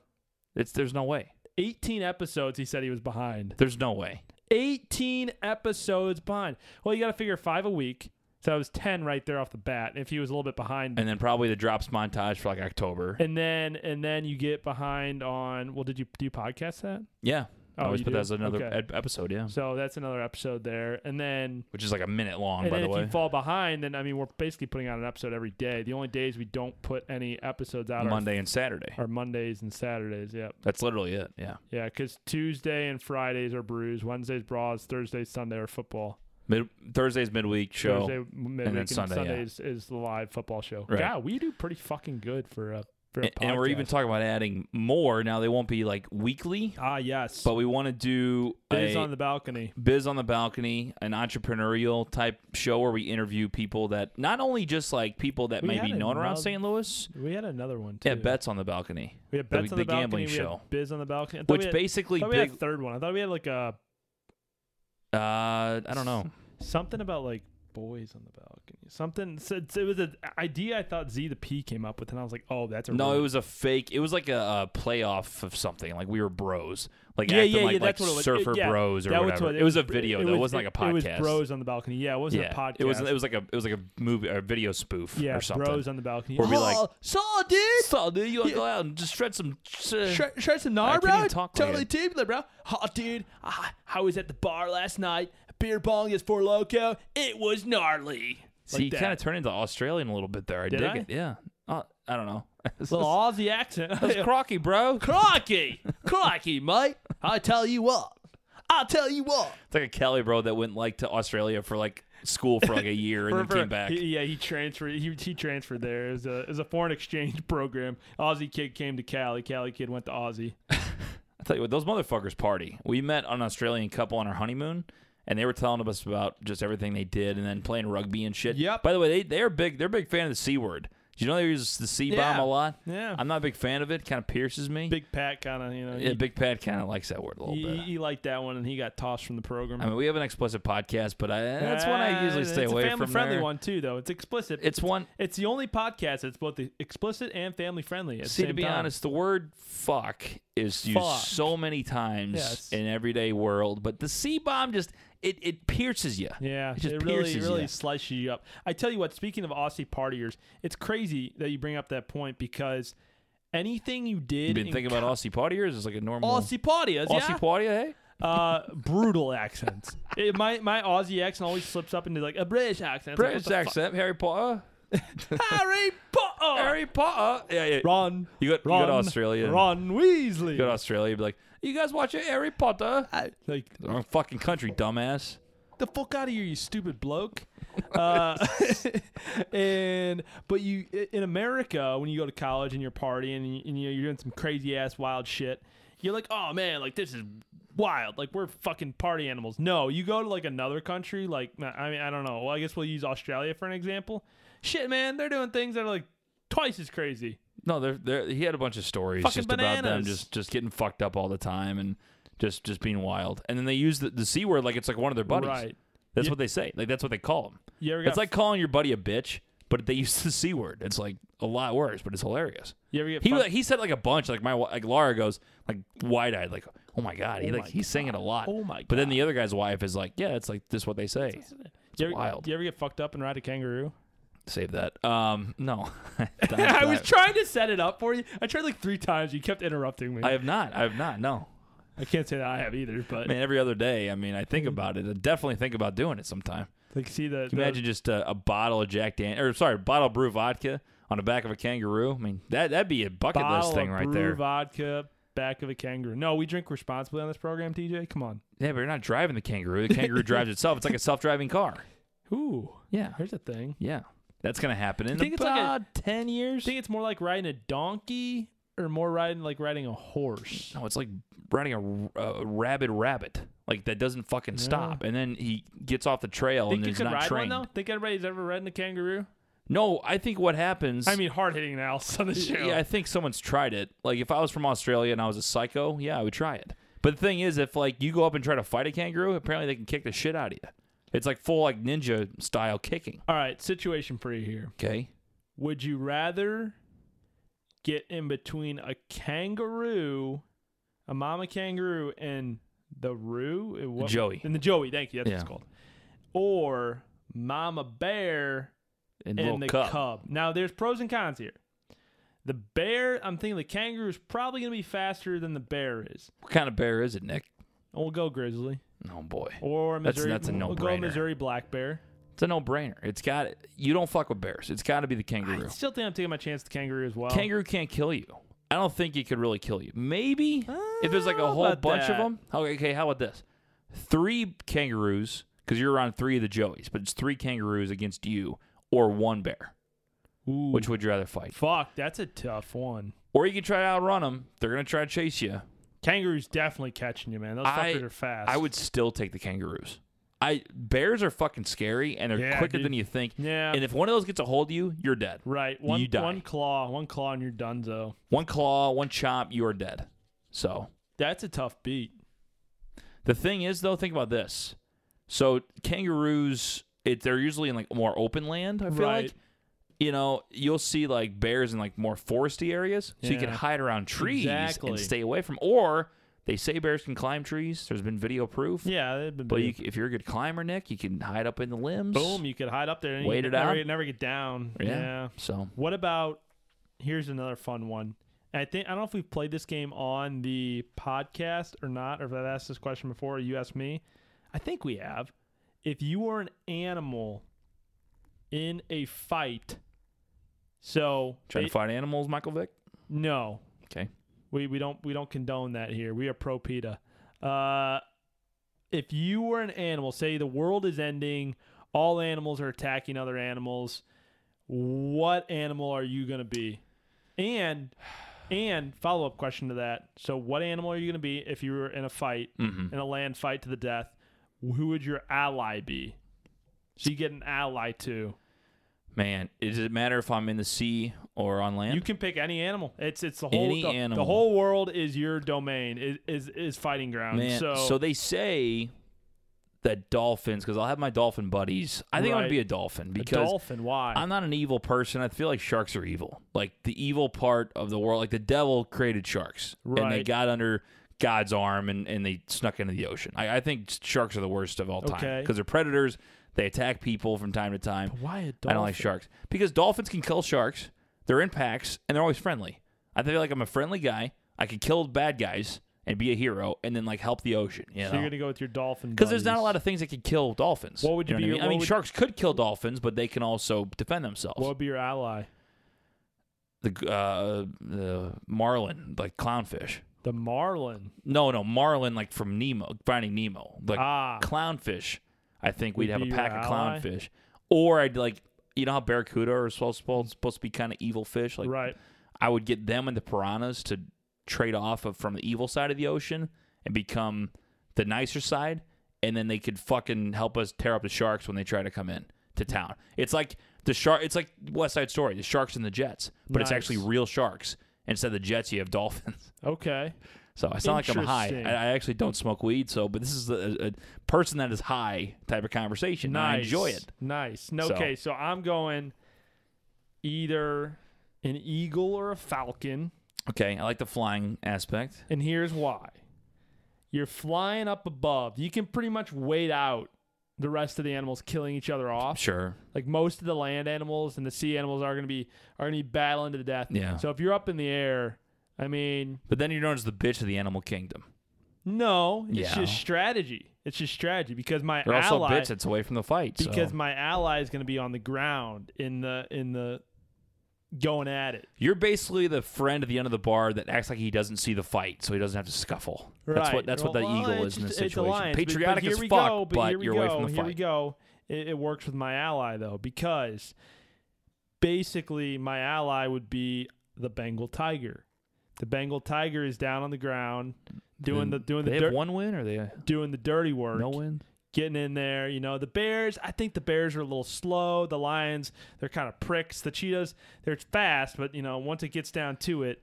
[SPEAKER 1] It's there's no way.
[SPEAKER 2] 18 episodes he said he was behind.
[SPEAKER 1] There's no way.
[SPEAKER 2] 18 episodes behind. Well, you got to figure five a week. So that was 10 right there off the bat. If he was a little bit behind.
[SPEAKER 1] And then probably the drops montage for like October.
[SPEAKER 2] And then and then you get behind on well did you do you podcast that?
[SPEAKER 1] Yeah. I
[SPEAKER 2] Oh,
[SPEAKER 1] always
[SPEAKER 2] you
[SPEAKER 1] put
[SPEAKER 2] do?
[SPEAKER 1] that as another
[SPEAKER 2] Okay.
[SPEAKER 1] ep- episode. Yeah.
[SPEAKER 2] So that's another episode there. And then
[SPEAKER 1] Which is like a minute long,
[SPEAKER 2] and
[SPEAKER 1] by
[SPEAKER 2] then
[SPEAKER 1] the
[SPEAKER 2] if
[SPEAKER 1] way.
[SPEAKER 2] you fall behind then I mean we're basically putting out an episode every day. The only days we don't put any episodes out
[SPEAKER 1] Monday and Saturday.
[SPEAKER 2] are, are Mondays and Saturdays. Yep.
[SPEAKER 1] That's literally it. Yeah.
[SPEAKER 2] Yeah, cuz Tuesday and Fridays are brews, Wednesdays bras, Thursday, Sunday are football.
[SPEAKER 1] Mid- Thursday's midweek show.
[SPEAKER 2] Thursday, midweek, and,
[SPEAKER 1] Sunday,
[SPEAKER 2] Sunday,
[SPEAKER 1] yeah.
[SPEAKER 2] is, is the live football show.
[SPEAKER 1] Right.
[SPEAKER 2] Yeah, we do pretty fucking good for a, for a
[SPEAKER 1] And- and we're even
[SPEAKER 2] podcast.
[SPEAKER 1] talking about adding more. Now they won't be like weekly,
[SPEAKER 2] ah yes,
[SPEAKER 1] but we want to do
[SPEAKER 2] Biz
[SPEAKER 1] a
[SPEAKER 2] on the balcony.
[SPEAKER 1] Biz on the Balcony, an entrepreneurial type show where we interview people that not only just like people that
[SPEAKER 2] We
[SPEAKER 1] may be
[SPEAKER 2] had
[SPEAKER 1] known around
[SPEAKER 2] another-
[SPEAKER 1] St. Louis.
[SPEAKER 2] We had another one too.
[SPEAKER 1] Yeah, bets on the balcony.
[SPEAKER 2] We had
[SPEAKER 1] the-
[SPEAKER 2] bets on
[SPEAKER 1] the
[SPEAKER 2] the,
[SPEAKER 1] gambling
[SPEAKER 2] balcony. we had
[SPEAKER 1] show.
[SPEAKER 2] Biz on the balcony. I thought
[SPEAKER 1] Which
[SPEAKER 2] we had, I
[SPEAKER 1] basically
[SPEAKER 2] thought we had
[SPEAKER 1] big
[SPEAKER 2] a third one. I thought we had like a
[SPEAKER 1] uh I don't know.
[SPEAKER 2] something about like boys on the balcony. Something. So it's- it was an idea I thought Z the P came up with, and I was like, oh, that's a
[SPEAKER 1] No,
[SPEAKER 2] really-
[SPEAKER 1] it was a fake. It was like a, a playoff of something. Like we were bros. Like
[SPEAKER 2] Yeah,
[SPEAKER 1] acting
[SPEAKER 2] yeah,
[SPEAKER 1] like,
[SPEAKER 2] yeah.
[SPEAKER 1] like
[SPEAKER 2] That's what it was.
[SPEAKER 1] surfer
[SPEAKER 2] It- yeah,
[SPEAKER 1] bros or
[SPEAKER 2] that was
[SPEAKER 1] whatever.
[SPEAKER 2] what
[SPEAKER 1] it was a video though. It, wasn't like a podcast.
[SPEAKER 2] It was bros on the balcony. Yeah, it wasn't
[SPEAKER 1] yeah.
[SPEAKER 2] a podcast.
[SPEAKER 1] It was it was like a it was like a movie or a video spoof
[SPEAKER 2] yeah,
[SPEAKER 1] or something.
[SPEAKER 2] bros on the balcony.
[SPEAKER 1] Where we like
[SPEAKER 2] Oh,
[SPEAKER 1] Saw dude Saw dude, you wanna go out and just shred some uh,
[SPEAKER 2] Try, try some
[SPEAKER 1] I
[SPEAKER 2] gnar,
[SPEAKER 1] can't
[SPEAKER 2] bro.
[SPEAKER 1] even talk right
[SPEAKER 2] totally tubular, bro. Oh, dude, I, I was at the bar last night. Beer bong is for loco. It was gnarly.
[SPEAKER 1] See, you kind of turned into Australian a little bit there. I
[SPEAKER 2] Did
[SPEAKER 1] dig
[SPEAKER 2] I?
[SPEAKER 1] it. Yeah. Uh, I don't know. It's
[SPEAKER 2] little Aussie accent.
[SPEAKER 1] crocky, bro. It's
[SPEAKER 2] Crocky, crocky, mate. I tell you what. I tell you what.
[SPEAKER 1] like a Kelly bro that went like to Australia for like school for like a year and then came back.
[SPEAKER 2] yeah, he transferred. He, he transferred there. It was, a, it was a foreign exchange program. Aussie kid came to Cali. Cali kid went to Aussie.
[SPEAKER 1] I tell you what, those motherfuckers party. We met an Australian couple on our honeymoon. And they were telling us about just everything they did, and then playing rugby and shit.
[SPEAKER 2] Yep.
[SPEAKER 1] By the way, they they're big. They're a big fan of the c word. Do you know they use the c bomb
[SPEAKER 2] Yeah.
[SPEAKER 1] a lot?
[SPEAKER 2] Yeah.
[SPEAKER 1] I'm not a big fan of it. Kind of pierces me.
[SPEAKER 2] Big Pat kind of, you know,
[SPEAKER 1] yeah, Big Pat kind of likes that word a little
[SPEAKER 2] he,
[SPEAKER 1] bit.
[SPEAKER 2] he, he liked that one, and he got tossed from the program.
[SPEAKER 1] I mean, we have an explicit podcast, but I, that's one I usually
[SPEAKER 2] Uh,
[SPEAKER 1] stay
[SPEAKER 2] it's
[SPEAKER 1] away
[SPEAKER 2] a family
[SPEAKER 1] from.
[SPEAKER 2] friendly
[SPEAKER 1] there.
[SPEAKER 2] one too, though. It's explicit. It's
[SPEAKER 1] It's one.
[SPEAKER 2] it's the only podcast that's both explicit and family friendly. At the
[SPEAKER 1] See, to
[SPEAKER 2] same
[SPEAKER 1] be
[SPEAKER 2] time.
[SPEAKER 1] honest, the word "fuck" is used
[SPEAKER 2] Fuck.
[SPEAKER 1] so many times
[SPEAKER 2] Yes.
[SPEAKER 1] in everyday world, but the C bomb just it it pierces you.
[SPEAKER 2] Yeah,
[SPEAKER 1] it just
[SPEAKER 2] really
[SPEAKER 1] pierces
[SPEAKER 2] really
[SPEAKER 1] you.
[SPEAKER 2] slices you up. I tell you what, speaking of Aussie partiers, it's crazy that you bring up that point because anything you did,
[SPEAKER 1] You've been
[SPEAKER 2] in
[SPEAKER 1] thinking about Aussie partiers as like a normal
[SPEAKER 2] Aussie partiers,
[SPEAKER 1] Aussie
[SPEAKER 2] yeah,
[SPEAKER 1] party, hey?
[SPEAKER 2] uh, brutal accents. It, my my Aussie accent always slips up into like a British accent. It's like,
[SPEAKER 1] British
[SPEAKER 2] what the
[SPEAKER 1] accent, Harry Potter,
[SPEAKER 2] fuck? Harry Potter,
[SPEAKER 1] Harry Potter. Yeah, yeah.
[SPEAKER 2] Ron,
[SPEAKER 1] You got you
[SPEAKER 2] Ron,
[SPEAKER 1] got Australia.
[SPEAKER 2] Ron Weasley.
[SPEAKER 1] You got Australia. You'd be like, you guys watch Harry Potter?
[SPEAKER 2] I- like
[SPEAKER 1] Wrong fucking country, dumbass.
[SPEAKER 2] the fuck out of here, you stupid bloke. Uh, and but you in America, when you go to college and you're partying and, you, and you- you're doing some crazy ass wild shit, you're like, oh man, like this is wild. Like we're fucking party animals. No, you go to like another country, like I mean, I don't know. Well, I guess we'll use Australia for an example. Shit, man, they're doing things that are like twice as crazy.
[SPEAKER 1] No, there, there. He had a bunch of stories
[SPEAKER 2] Fucking
[SPEAKER 1] just about them
[SPEAKER 2] bananas.
[SPEAKER 1] just just getting fucked up all the time and just just being wild. And then they use the, the c word like it's like one of their buddies.
[SPEAKER 2] Right.
[SPEAKER 1] That's what they say. Like that's what they call them.
[SPEAKER 2] You ever
[SPEAKER 1] It's
[SPEAKER 2] got-
[SPEAKER 1] like calling your buddy a bitch, but they use the c word. It's like a lot worse, but it's hilarious.
[SPEAKER 2] You ever get
[SPEAKER 1] He
[SPEAKER 2] fun-
[SPEAKER 1] like, he said like a bunch. Like my wi- like Laura goes like wide eyed like oh my god he like he's saying it a lot.
[SPEAKER 2] Oh my
[SPEAKER 1] But then the other guy's wife is like yeah it's like this what they say.
[SPEAKER 2] you ever,
[SPEAKER 1] wild.
[SPEAKER 2] You ever get fucked up and ride a kangaroo?
[SPEAKER 1] Save that. Um no.
[SPEAKER 2] I was trying to set it up for you. I tried like three times. You kept interrupting me.
[SPEAKER 1] I
[SPEAKER 2] I,
[SPEAKER 1] have not. I have not. No.
[SPEAKER 2] can't say that I have either, but
[SPEAKER 1] I mean, every other day. I mean, I
[SPEAKER 2] Mm-hmm.
[SPEAKER 1] think about it. I definitely think about doing it sometime.
[SPEAKER 2] like see the,
[SPEAKER 1] Can you
[SPEAKER 2] the-
[SPEAKER 1] imagine just a, a bottle of Jack Dan or sorry, a bottle of brew vodka on the back of a kangaroo? I mean, that that'd be a bucket
[SPEAKER 2] bottle
[SPEAKER 1] list thing
[SPEAKER 2] of
[SPEAKER 1] right
[SPEAKER 2] brew
[SPEAKER 1] there.
[SPEAKER 2] vodka back of a kangaroo. No, we drink responsibly on this program, TJ. Come on.
[SPEAKER 1] yeah, but you're not driving the kangaroo. The kangaroo drives itself. It's like a self-driving car.
[SPEAKER 2] Ooh,
[SPEAKER 1] Yeah,
[SPEAKER 2] here's a thing.
[SPEAKER 1] yeah. That's gonna happen in
[SPEAKER 2] think it's like a-
[SPEAKER 1] about ten years.
[SPEAKER 2] You think it's more like riding a donkey or more riding like riding a horse?
[SPEAKER 1] no, it's like riding a, a rabid rabbit. Like that doesn't fucking stop. And then he gets off the trail
[SPEAKER 2] Think
[SPEAKER 1] and
[SPEAKER 2] you
[SPEAKER 1] is
[SPEAKER 2] could
[SPEAKER 1] not
[SPEAKER 2] ride
[SPEAKER 1] trained.
[SPEAKER 2] one though? Think anybody's ever ridden a kangaroo?
[SPEAKER 1] No, I think what happens.
[SPEAKER 2] I mean, hard hitting analysis on the show.
[SPEAKER 1] Yeah, I think someone's tried it. Like if I was from Australia and I was a psycho, yeah, I would try it. But the thing is, if like you go up and try to fight a kangaroo, apparently they can kick the shit out of you. It's like full like ninja style kicking.
[SPEAKER 2] All right, situation for you here.
[SPEAKER 1] Okay.
[SPEAKER 2] Would you rather get in between a kangaroo, a mama kangaroo, and the roo? Uh, what-
[SPEAKER 1] Joey.
[SPEAKER 2] And the Joey, thank you. That's what
[SPEAKER 1] Yeah.
[SPEAKER 2] it's called. Or mama bear
[SPEAKER 1] And,
[SPEAKER 2] and
[SPEAKER 1] little
[SPEAKER 2] the
[SPEAKER 1] cub.
[SPEAKER 2] cub. Now, there's pros and cons here. The bear, I'm thinking the kangaroo is probably going to be faster than the bear is.
[SPEAKER 1] What kind of bear is it, Nick?
[SPEAKER 2] We'll go grizzly.
[SPEAKER 1] Oh boy,
[SPEAKER 2] Or
[SPEAKER 1] That's-
[SPEAKER 2] Missouri.
[SPEAKER 1] that's a
[SPEAKER 2] We'll go
[SPEAKER 1] no-brainer.
[SPEAKER 2] Missouri black bear.
[SPEAKER 1] it's a no brainer. It's got you don't fuck with bears. It's got to be the kangaroo.
[SPEAKER 2] I still think I'm taking my chance with the kangaroo as well.
[SPEAKER 1] Kangaroo can't kill you. I don't think it could really kill you. Maybe if there's like
[SPEAKER 2] Uh,
[SPEAKER 1] a
[SPEAKER 2] how
[SPEAKER 1] whole
[SPEAKER 2] about
[SPEAKER 1] bunch of
[SPEAKER 2] that?
[SPEAKER 1] them. Okay, okay, how about this? Three kangaroos, because you're around three of the Joeys, but it's three kangaroos against you or one bear.
[SPEAKER 2] Ooh.
[SPEAKER 1] Which would you rather fight?
[SPEAKER 2] Fuck, that's a tough one.
[SPEAKER 1] Or you could try to outrun them. They're gonna try to chase you.
[SPEAKER 2] Kangaroo's definitely catching you, man. Those
[SPEAKER 1] I-
[SPEAKER 2] fuckers are fast.
[SPEAKER 1] I would still take the kangaroos. I bears are fucking scary and they're
[SPEAKER 2] Yeah,
[SPEAKER 1] quicker
[SPEAKER 2] dude.
[SPEAKER 1] than you think.
[SPEAKER 2] Yeah.
[SPEAKER 1] And if one of those gets a hold of you, you're dead.
[SPEAKER 2] Right. One
[SPEAKER 1] You die.
[SPEAKER 2] one claw, one claw and you're donezo.
[SPEAKER 1] One claw, one chop, you are dead. So
[SPEAKER 2] That's a tough beat.
[SPEAKER 1] The thing is, though, think about this. So kangaroos, it, they're usually in like more open land. I feel
[SPEAKER 2] Right.
[SPEAKER 1] like you know you'll see like bears in like more foresty areas, so you can
[SPEAKER 2] Yeah.
[SPEAKER 1] hide around trees
[SPEAKER 2] Exactly.
[SPEAKER 1] and stay away from. Or they say bears can climb trees. There's been video proof.
[SPEAKER 2] Yeah, they've been
[SPEAKER 1] But you,
[SPEAKER 2] big.
[SPEAKER 1] if you're a good climber, Nick, you can hide up in the limbs.
[SPEAKER 2] boom, you could hide up there and
[SPEAKER 1] Wait
[SPEAKER 2] you
[SPEAKER 1] it
[SPEAKER 2] never,
[SPEAKER 1] out.
[SPEAKER 2] you'd never get down.
[SPEAKER 1] Yeah.
[SPEAKER 2] yeah.
[SPEAKER 1] So
[SPEAKER 2] What about here's another fun one. And I think I don't know if we've played this game on the podcast or not, or if I've asked this question before, or you asked me. I think we have. If you were an animal in a fight, so
[SPEAKER 1] trying
[SPEAKER 2] they-
[SPEAKER 1] to fight animals, Michael Vick.
[SPEAKER 2] no,
[SPEAKER 1] Okay.
[SPEAKER 2] we, we don't we don't condone that here. We are pro PETA. Uh, if you were an animal, say the world is ending, all animals are attacking other animals. What animal are you gonna be? And and follow up question to that. So what animal are you gonna be if you were in a fight in a land fight to the death? Who would your ally be? So you get an ally too.
[SPEAKER 1] Man, does it matter if I'm in the sea or on land?
[SPEAKER 2] You can pick any animal. It's it's the whole
[SPEAKER 1] Any
[SPEAKER 2] the, the
[SPEAKER 1] animal.
[SPEAKER 2] whole world is your domain. Is is, is fighting ground.
[SPEAKER 1] Man,
[SPEAKER 2] Um, so,
[SPEAKER 1] so, they say that dolphins, because I'll have my dolphin buddies. I think I'm
[SPEAKER 2] Right.
[SPEAKER 1] gonna be a dolphin
[SPEAKER 2] a
[SPEAKER 1] because
[SPEAKER 2] dolphin. Why?
[SPEAKER 1] I'm not an evil person. I feel like sharks are evil. Like the evil part of the world, like the devil created sharks, and they
[SPEAKER 2] Right.
[SPEAKER 1] got under God's arm and, and they snuck into the ocean. I, I think sharks are the worst of all time
[SPEAKER 2] Okay.
[SPEAKER 1] because they're predators. They attack people from time to time.
[SPEAKER 2] Why a dolphin?
[SPEAKER 1] I don't like sharks because dolphins can kill sharks. They're in packs and they're always friendly. I feel like I'm a friendly guy. I could kill bad guys and be a hero, and then like help the ocean. You
[SPEAKER 2] So
[SPEAKER 1] know?
[SPEAKER 2] you're gonna go with your dolphin
[SPEAKER 1] Because there's not a lot of things that could kill dolphins.
[SPEAKER 2] What would you
[SPEAKER 1] know
[SPEAKER 2] be-
[SPEAKER 1] what I mean, I
[SPEAKER 2] what
[SPEAKER 1] mean
[SPEAKER 2] would-
[SPEAKER 1] sharks could kill dolphins, but they can also defend themselves.
[SPEAKER 2] What would be your ally?
[SPEAKER 1] the uh, the marlin, like clownfish.
[SPEAKER 2] The marlin.
[SPEAKER 1] No, no, marlin, like from Nemo, Finding Nemo, like
[SPEAKER 2] Ah.
[SPEAKER 1] clownfish. I think we'd
[SPEAKER 2] Would
[SPEAKER 1] have
[SPEAKER 2] be
[SPEAKER 1] a
[SPEAKER 2] your
[SPEAKER 1] pack of
[SPEAKER 2] ally?
[SPEAKER 1] clownfish, or I'd like you know how barracuda are supposed supposed to be kind of evil fish, like
[SPEAKER 2] right.
[SPEAKER 1] I would get them and the piranhas to trade off of from the evil side of the ocean and become the nicer side, and then they could fucking help us tear up the sharks when they try to come in to town. It's like the shark. It's like West Side Story: the sharks and the jets, but it's
[SPEAKER 2] Nice.
[SPEAKER 1] actually real sharks instead of the jets. You have dolphins.
[SPEAKER 2] Okay.
[SPEAKER 1] So I sound like I'm high.
[SPEAKER 2] Interesting.
[SPEAKER 1] I, I actually don't smoke weed. So, but this is a, a person that is high type of conversation. and I enjoy it.
[SPEAKER 2] Nice. No,
[SPEAKER 1] So-
[SPEAKER 2] Okay, so I'm going either an eagle or a falcon,
[SPEAKER 1] Okay, I like the flying aspect.
[SPEAKER 2] and here's why. You're flying up above. You can pretty much wait out the rest of the animals killing each other off.
[SPEAKER 1] Sure.
[SPEAKER 2] Like most of the land animals and the sea animals are gonna be are gonna be battling to the death.
[SPEAKER 1] Yeah.
[SPEAKER 2] So if you're up in the air, I mean,
[SPEAKER 1] But then you're known as the bitch of the animal kingdom.
[SPEAKER 2] no, it's
[SPEAKER 1] Yeah.
[SPEAKER 2] just strategy. It's just strategy because my
[SPEAKER 1] They're also a
[SPEAKER 2] ally
[SPEAKER 1] bitch that's away from the fight. so-
[SPEAKER 2] because my ally is going to be on the ground in the in the going at it.
[SPEAKER 1] You're basically the friend at the end of the bar that acts like he doesn't see the fight, so he doesn't have to scuffle. That's
[SPEAKER 2] Right.
[SPEAKER 1] what that's what the
[SPEAKER 2] Well,
[SPEAKER 1] eagle
[SPEAKER 2] it's
[SPEAKER 1] is in this
[SPEAKER 2] just- it's
[SPEAKER 1] situation.
[SPEAKER 2] alliance, but- but
[SPEAKER 1] Patriotic
[SPEAKER 2] here
[SPEAKER 1] as
[SPEAKER 2] we
[SPEAKER 1] fuck,
[SPEAKER 2] go,
[SPEAKER 1] but,
[SPEAKER 2] here we
[SPEAKER 1] you're away from
[SPEAKER 2] go,
[SPEAKER 1] the
[SPEAKER 2] Here
[SPEAKER 1] fight.
[SPEAKER 2] we go. It, it works with my ally though because basically my ally would be the Bengal tiger. The Bengal tiger is down on the ground doing the doing
[SPEAKER 1] they
[SPEAKER 2] the
[SPEAKER 1] have
[SPEAKER 2] dirt,
[SPEAKER 1] one win or they have
[SPEAKER 2] doing the dirty work.
[SPEAKER 1] no win?
[SPEAKER 2] getting in there. You know, the Bears, I think the Bears are a little slow. The Lions, they're kind of pricks. The Cheetahs, they're fast, but, you know, once it gets down to it,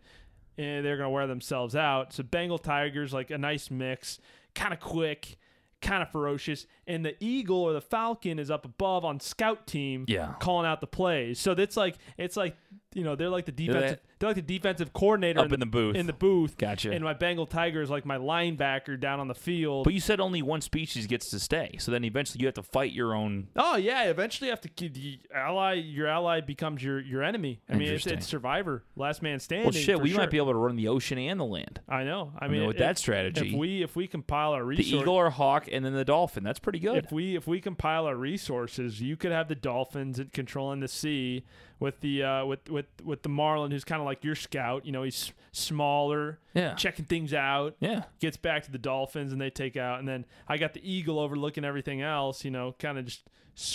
[SPEAKER 2] eh, they're going to wear themselves out. So, Bengal Tigers, like a nice mix, kind of quick, kind of ferocious. And the Eagle or the Falcon is up above on scout team
[SPEAKER 1] Yeah.
[SPEAKER 2] calling out the plays. So, that's like, it's like, you know, they're like the
[SPEAKER 1] that-
[SPEAKER 2] defensive, they're like the defensive coordinator
[SPEAKER 1] Up in the booth.
[SPEAKER 2] In the booth.
[SPEAKER 1] Gotcha.
[SPEAKER 2] And my Bengal Tiger is like my linebacker down on the field.
[SPEAKER 1] But you said only one species gets to stay, so then eventually you have to fight your own.
[SPEAKER 2] Oh yeah, eventually you have to kid the ally your ally becomes your your enemy. I mean, it's,
[SPEAKER 1] Interesting.
[SPEAKER 2] it's survivor, last man standing.
[SPEAKER 1] Well, shit,
[SPEAKER 2] for
[SPEAKER 1] we
[SPEAKER 2] sure.
[SPEAKER 1] might be able to run the ocean and the land.
[SPEAKER 2] I know. I,
[SPEAKER 1] mean,
[SPEAKER 2] mean,
[SPEAKER 1] with
[SPEAKER 2] if-
[SPEAKER 1] that strategy,
[SPEAKER 2] if we if we compile our
[SPEAKER 1] The
[SPEAKER 2] resources,
[SPEAKER 1] eagle or hawk, and then the dolphin. That's pretty good.
[SPEAKER 2] if we if we compile our resources, you could have the dolphins in- controlling the sea with the uh, with with with the marlin, who's kind of like your scout. You know, he's s- smaller,
[SPEAKER 1] Yeah.
[SPEAKER 2] checking things out.
[SPEAKER 1] yeah,
[SPEAKER 2] Gets back to the dolphins and they take out, and then I got the eagle overlooking everything else. You know, kind of just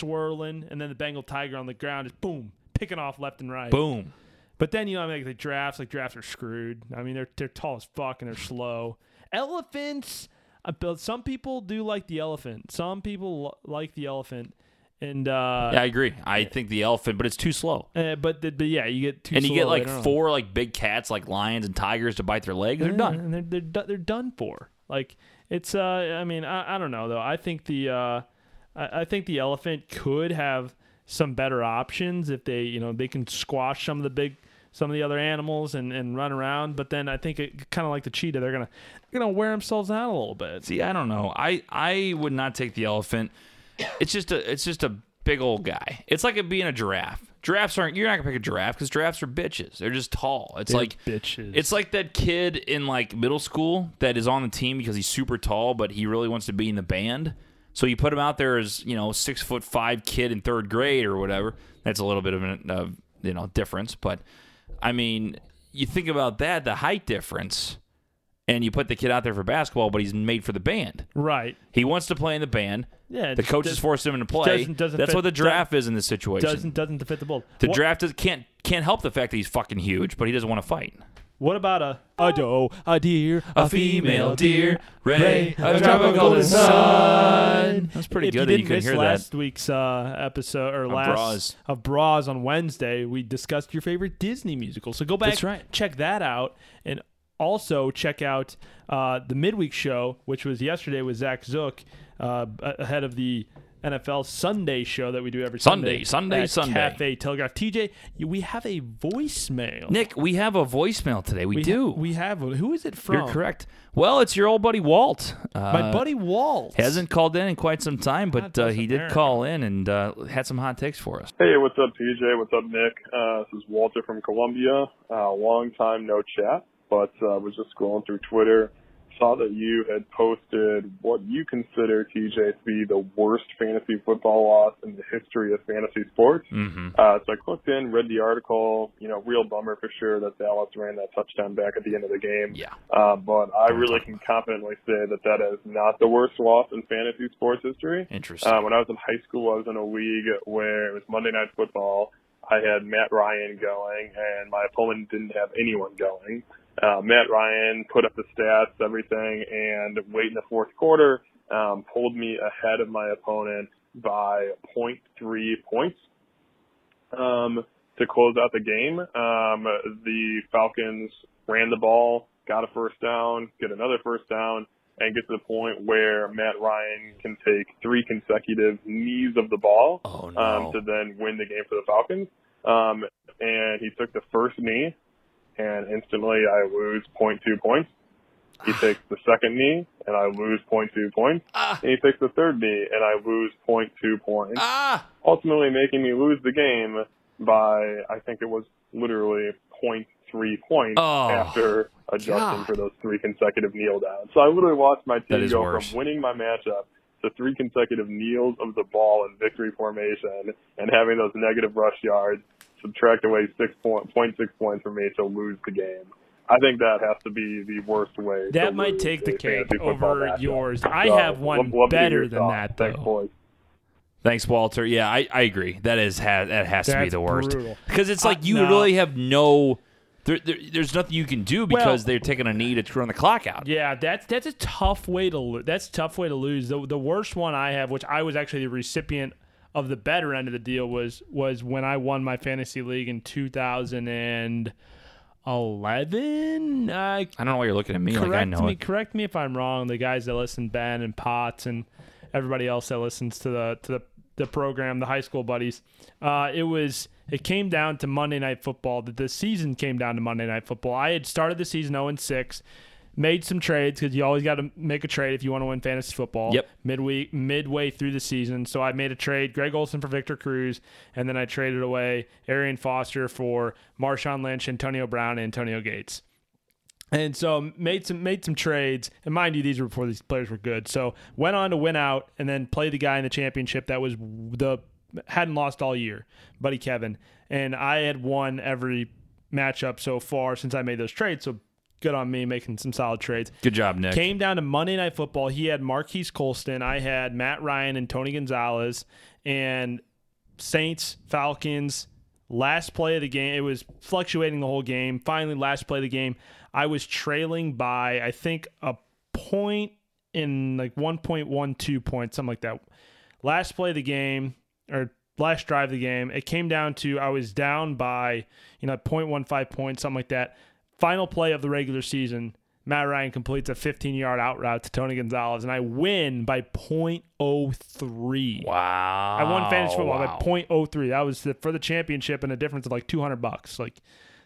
[SPEAKER 2] swirling, and then the Bengal tiger on the ground, just boom, picking off left and right.
[SPEAKER 1] boom.
[SPEAKER 2] But then you know, I mean, like the drafts, like drafts are screwed. I mean, they're they're tall as fuck and they're slow. Elephants, I built. Some people do like the elephant. Some people lo- like the elephant, and uh,
[SPEAKER 1] Yeah, I agree. I think the elephant, but it's too slow.
[SPEAKER 2] uh, but the, but yeah, you get too
[SPEAKER 1] And you get
[SPEAKER 2] slow
[SPEAKER 1] like
[SPEAKER 2] later on.
[SPEAKER 1] four like big cats, like lions and tigers, to bite their legs. They're done.
[SPEAKER 2] and they're they're, do- they're done for. Like it's uh, I mean, I, I don't know though. I think the uh, I, I think the elephant could have some better options if they you know they can squash some of the big some of the other animals and, and run around. But then I think it kind of like the cheetah, they're gonna they're gonna wear themselves out a little bit.
[SPEAKER 1] See, I don't know. I I would not take the elephant. It's just a it's just a big old guy. It's like it being a giraffe. Giraffes aren't. You're not gonna pick a giraffe because giraffes are bitches. They're just tall. It's like
[SPEAKER 2] bitches.
[SPEAKER 1] It's like that kid in like middle school that is on the team because he's super tall, but he really wants to be in the band. So you put him out there as you know six foot five kid in third grade or whatever. That's a little bit of an of, you know difference, but I mean, you think about that the height difference, and you put the kid out there for basketball, but he's made for the band.
[SPEAKER 2] Right.
[SPEAKER 1] He wants to play in the band.
[SPEAKER 2] Yeah,
[SPEAKER 1] the
[SPEAKER 2] just
[SPEAKER 1] coaches
[SPEAKER 2] does-
[SPEAKER 1] forced him into play.
[SPEAKER 2] doesn't- doesn't
[SPEAKER 1] That's
[SPEAKER 2] fit-
[SPEAKER 1] what the draft is in this situation.
[SPEAKER 2] Doesn't doesn't fit the bill.
[SPEAKER 1] the
[SPEAKER 2] What-
[SPEAKER 1] draft is, can't can't help the fact that he's fucking huge, but he doesn't want to fight.
[SPEAKER 2] What about a a doe, a deer,
[SPEAKER 1] a female deer, ray of
[SPEAKER 2] a
[SPEAKER 1] tropical sun.
[SPEAKER 2] tropical sun.
[SPEAKER 1] That's pretty
[SPEAKER 2] if
[SPEAKER 1] good that
[SPEAKER 2] You
[SPEAKER 1] you
[SPEAKER 2] didn't
[SPEAKER 1] couldn't
[SPEAKER 2] miss
[SPEAKER 1] hear
[SPEAKER 2] last
[SPEAKER 1] that.
[SPEAKER 2] week's uh, episode or last
[SPEAKER 1] Bras.
[SPEAKER 2] of Bras on Wednesday. We discussed your favorite Disney musical, so go back,
[SPEAKER 1] That's right.
[SPEAKER 2] check that out, and also check out uh, the midweek show, which was yesterday with Zach Zook uh, a- ahead of the. NFL Sunday show that we do every
[SPEAKER 1] Sunday,
[SPEAKER 2] Sunday.
[SPEAKER 1] Sunday,
[SPEAKER 2] at
[SPEAKER 1] Sunday.
[SPEAKER 2] Cafe Telegraph. TJ, you- we have a voicemail.
[SPEAKER 1] Nick, we have a voicemail today. We,
[SPEAKER 2] we ha-
[SPEAKER 1] do.
[SPEAKER 2] we have one. Who is it from?
[SPEAKER 1] You're correct. Well, it's your old buddy Walt. Uh,
[SPEAKER 2] My buddy Walt
[SPEAKER 1] hasn't called in in quite some time, but uh,
[SPEAKER 2] doesn't
[SPEAKER 1] he did
[SPEAKER 2] matter.
[SPEAKER 1] call in and uh, had some hot takes for us.
[SPEAKER 7] Hey, what's up, PJ? What's up, Nick? Uh, this is Walter from Columbia. Uh, long time no chat, but uh, was just scrolling through Twitter, saw that you had posted what you consider TJ to be the worst fantasy football loss in the history of fantasy sports.
[SPEAKER 1] Mm-hmm.
[SPEAKER 7] Uh, so I clicked in, read the article. You know, real bummer for sure that Dallas ran that touchdown back at the end of the game.
[SPEAKER 1] Yeah.
[SPEAKER 7] Uh, but I really can confidently say that that is not the worst loss in fantasy sports history.
[SPEAKER 1] Interesting.
[SPEAKER 7] Uh, when I was in high school, I was in a league where it was Monday Night Football. I had Matt Ryan going, and my opponent didn't have anyone going. Uh, Matt Ryan put up the stats, everything, and late in the fourth quarter, um, pulled me ahead of my opponent by 0.3 points um, to close out the game. Um, the Falcons ran the ball got a first down, get another first down, and get to the point where Matt Ryan can take three consecutive knees of the ball
[SPEAKER 1] Oh,
[SPEAKER 7] um,
[SPEAKER 1] no.
[SPEAKER 7] to then win the game for the Falcons. Um, and he took the first knee, and instantly I lose 0.2 points. He takes the second knee, and I lose 0.2 points.
[SPEAKER 1] Ah.
[SPEAKER 7] And he takes the third knee, and I lose 0.2 points
[SPEAKER 1] Ah!
[SPEAKER 7] ultimately making me lose the game by I think it was literally 0.3 points
[SPEAKER 1] Oh,
[SPEAKER 7] after adjusting
[SPEAKER 1] God.
[SPEAKER 7] for those three consecutive kneel downs. So I literally watched my
[SPEAKER 1] That
[SPEAKER 7] team
[SPEAKER 1] is
[SPEAKER 7] go
[SPEAKER 1] worse.
[SPEAKER 7] from winning my matchup to three consecutive kneels of the ball in victory formation and having those negative rush yards subtract away six point point six points from me to lose the game. I think that has to be the worst way. to
[SPEAKER 2] That might
[SPEAKER 7] lose
[SPEAKER 2] take the
[SPEAKER 7] a fantasy
[SPEAKER 2] cake
[SPEAKER 7] football
[SPEAKER 2] over
[SPEAKER 7] matchup.
[SPEAKER 2] yours. I
[SPEAKER 7] So,
[SPEAKER 2] have one
[SPEAKER 7] love- love to hear
[SPEAKER 2] better
[SPEAKER 7] your
[SPEAKER 2] than
[SPEAKER 7] thoughts.
[SPEAKER 2] that,
[SPEAKER 7] Thanks,
[SPEAKER 2] though.
[SPEAKER 7] boys.
[SPEAKER 1] Thanks, Walter. Yeah, I, I agree. That is ha- that has to be
[SPEAKER 2] That's
[SPEAKER 1] the worst
[SPEAKER 2] brutal.
[SPEAKER 1] because it's like
[SPEAKER 2] Uh,
[SPEAKER 1] you
[SPEAKER 2] no.
[SPEAKER 1] really have no. There, there, there's nothing you can do because they're taking a knee to run the clock out.
[SPEAKER 2] Yeah, that's that's a tough way to lo- that's a tough way to lose. The the worst one I have, which I was actually the recipient of the better end of the deal, was was when I won my fantasy league in 2011. Uh,
[SPEAKER 1] I don't know why you're looking at me
[SPEAKER 2] correct
[SPEAKER 1] like I know
[SPEAKER 2] me,
[SPEAKER 1] it.
[SPEAKER 2] correct me if I'm wrong. The guys that listen, Ben and Potts and everybody else that listens to the to the, the program, the high school buddies. Uh, it was it came down to Monday Night Football. That the season came down to Monday Night Football. I had started the season 0 and 6, made some trades because you always got to make a trade if you want to win fantasy football.
[SPEAKER 1] Yep.
[SPEAKER 2] Midweek, midway through the season, so I made a trade: Greg Olson for Victor Cruz, and then I traded away Arian Foster for Marshawn Lynch, Antonio Brown, and Antonio Gates and so made some made some trades. And mind you, these were before these players were good. So went on to win out, and then played the guy in the championship that was the hadn't lost all year, buddy Kevin. And I had won every matchup so far since I made those trades. So good on me making some solid trades.
[SPEAKER 1] Good job, Nick.
[SPEAKER 2] Came down to Monday Night Football. He had Marquise Colston. I had Matt Ryan and Tony Gonzalez and Saints, Falcons. Last play of the game, it was fluctuating the whole game. Finally, last play of the game, I was trailing by, I think, a point in like 1.12 points, something like that. Last play of the game, or last drive of the game, it came down to I was down by, you know, 0.15 points, something like that. Final play of the regular season, Matt Ryan completes a 15 yard out route to Tony Gonzalez, and I win by 0.03.
[SPEAKER 1] wow.
[SPEAKER 2] I won fantasy football
[SPEAKER 1] wow.
[SPEAKER 2] by 0.03. That was the, for the championship and a difference of like 200 bucks. Like,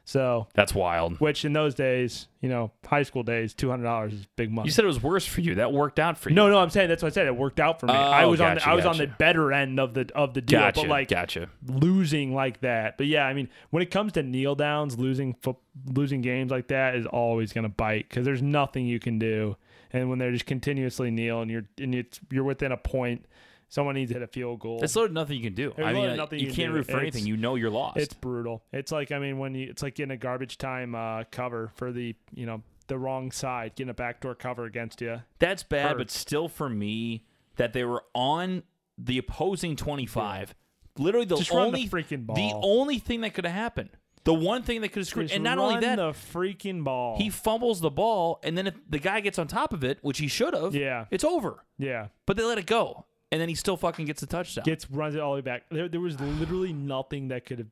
[SPEAKER 2] so,
[SPEAKER 1] That's wild.
[SPEAKER 2] which in those days, you know, high school days, $200 is big money.
[SPEAKER 1] You said it was worse for you. That worked out for you.
[SPEAKER 2] no, no, I'm saying that's what I said. It worked out for me.
[SPEAKER 1] Oh,
[SPEAKER 2] I was on, the,
[SPEAKER 1] gotcha,
[SPEAKER 2] I was on the
[SPEAKER 1] gotcha.
[SPEAKER 2] better end of the of the deal,
[SPEAKER 1] gotcha.
[SPEAKER 2] but like
[SPEAKER 1] gotcha.
[SPEAKER 2] losing like that. But yeah, I mean, when it comes to kneel downs, losing fo- losing games like that is always going to bite because there's nothing you can do. And when they're just continuously kneel and you're and it's, you're within a point, someone needs to hit a field goal.
[SPEAKER 1] That's literally nothing you can do.
[SPEAKER 2] There's
[SPEAKER 1] I mean,
[SPEAKER 2] literally
[SPEAKER 1] uh,
[SPEAKER 2] nothing
[SPEAKER 1] you
[SPEAKER 2] you can
[SPEAKER 1] can't
[SPEAKER 2] do.
[SPEAKER 1] root for
[SPEAKER 2] It's-
[SPEAKER 1] anything. You know you're lost.
[SPEAKER 2] It's brutal. It's like I mean when you it's like getting a garbage time uh, cover for the you know the wrong side, getting a backdoor cover against you.
[SPEAKER 1] That's bad, but
[SPEAKER 2] hurts.
[SPEAKER 1] still for me, that they were on the opposing 25. Literally the
[SPEAKER 2] Just run the
[SPEAKER 1] only
[SPEAKER 2] freaking
[SPEAKER 1] the
[SPEAKER 2] ball.
[SPEAKER 1] only thing that could have happened. The one thing that could have screwed.
[SPEAKER 2] Just
[SPEAKER 1] And not only
[SPEAKER 2] run
[SPEAKER 1] that,
[SPEAKER 2] the freaking ball.
[SPEAKER 1] he fumbles the ball, and then if the guy gets on top of it, which he should have,
[SPEAKER 2] Yeah.
[SPEAKER 1] it's over.
[SPEAKER 2] yeah.
[SPEAKER 1] But they let it go, and then he still fucking gets the touchdown.
[SPEAKER 2] gets runs it all the way back. There, there was literally nothing that could have.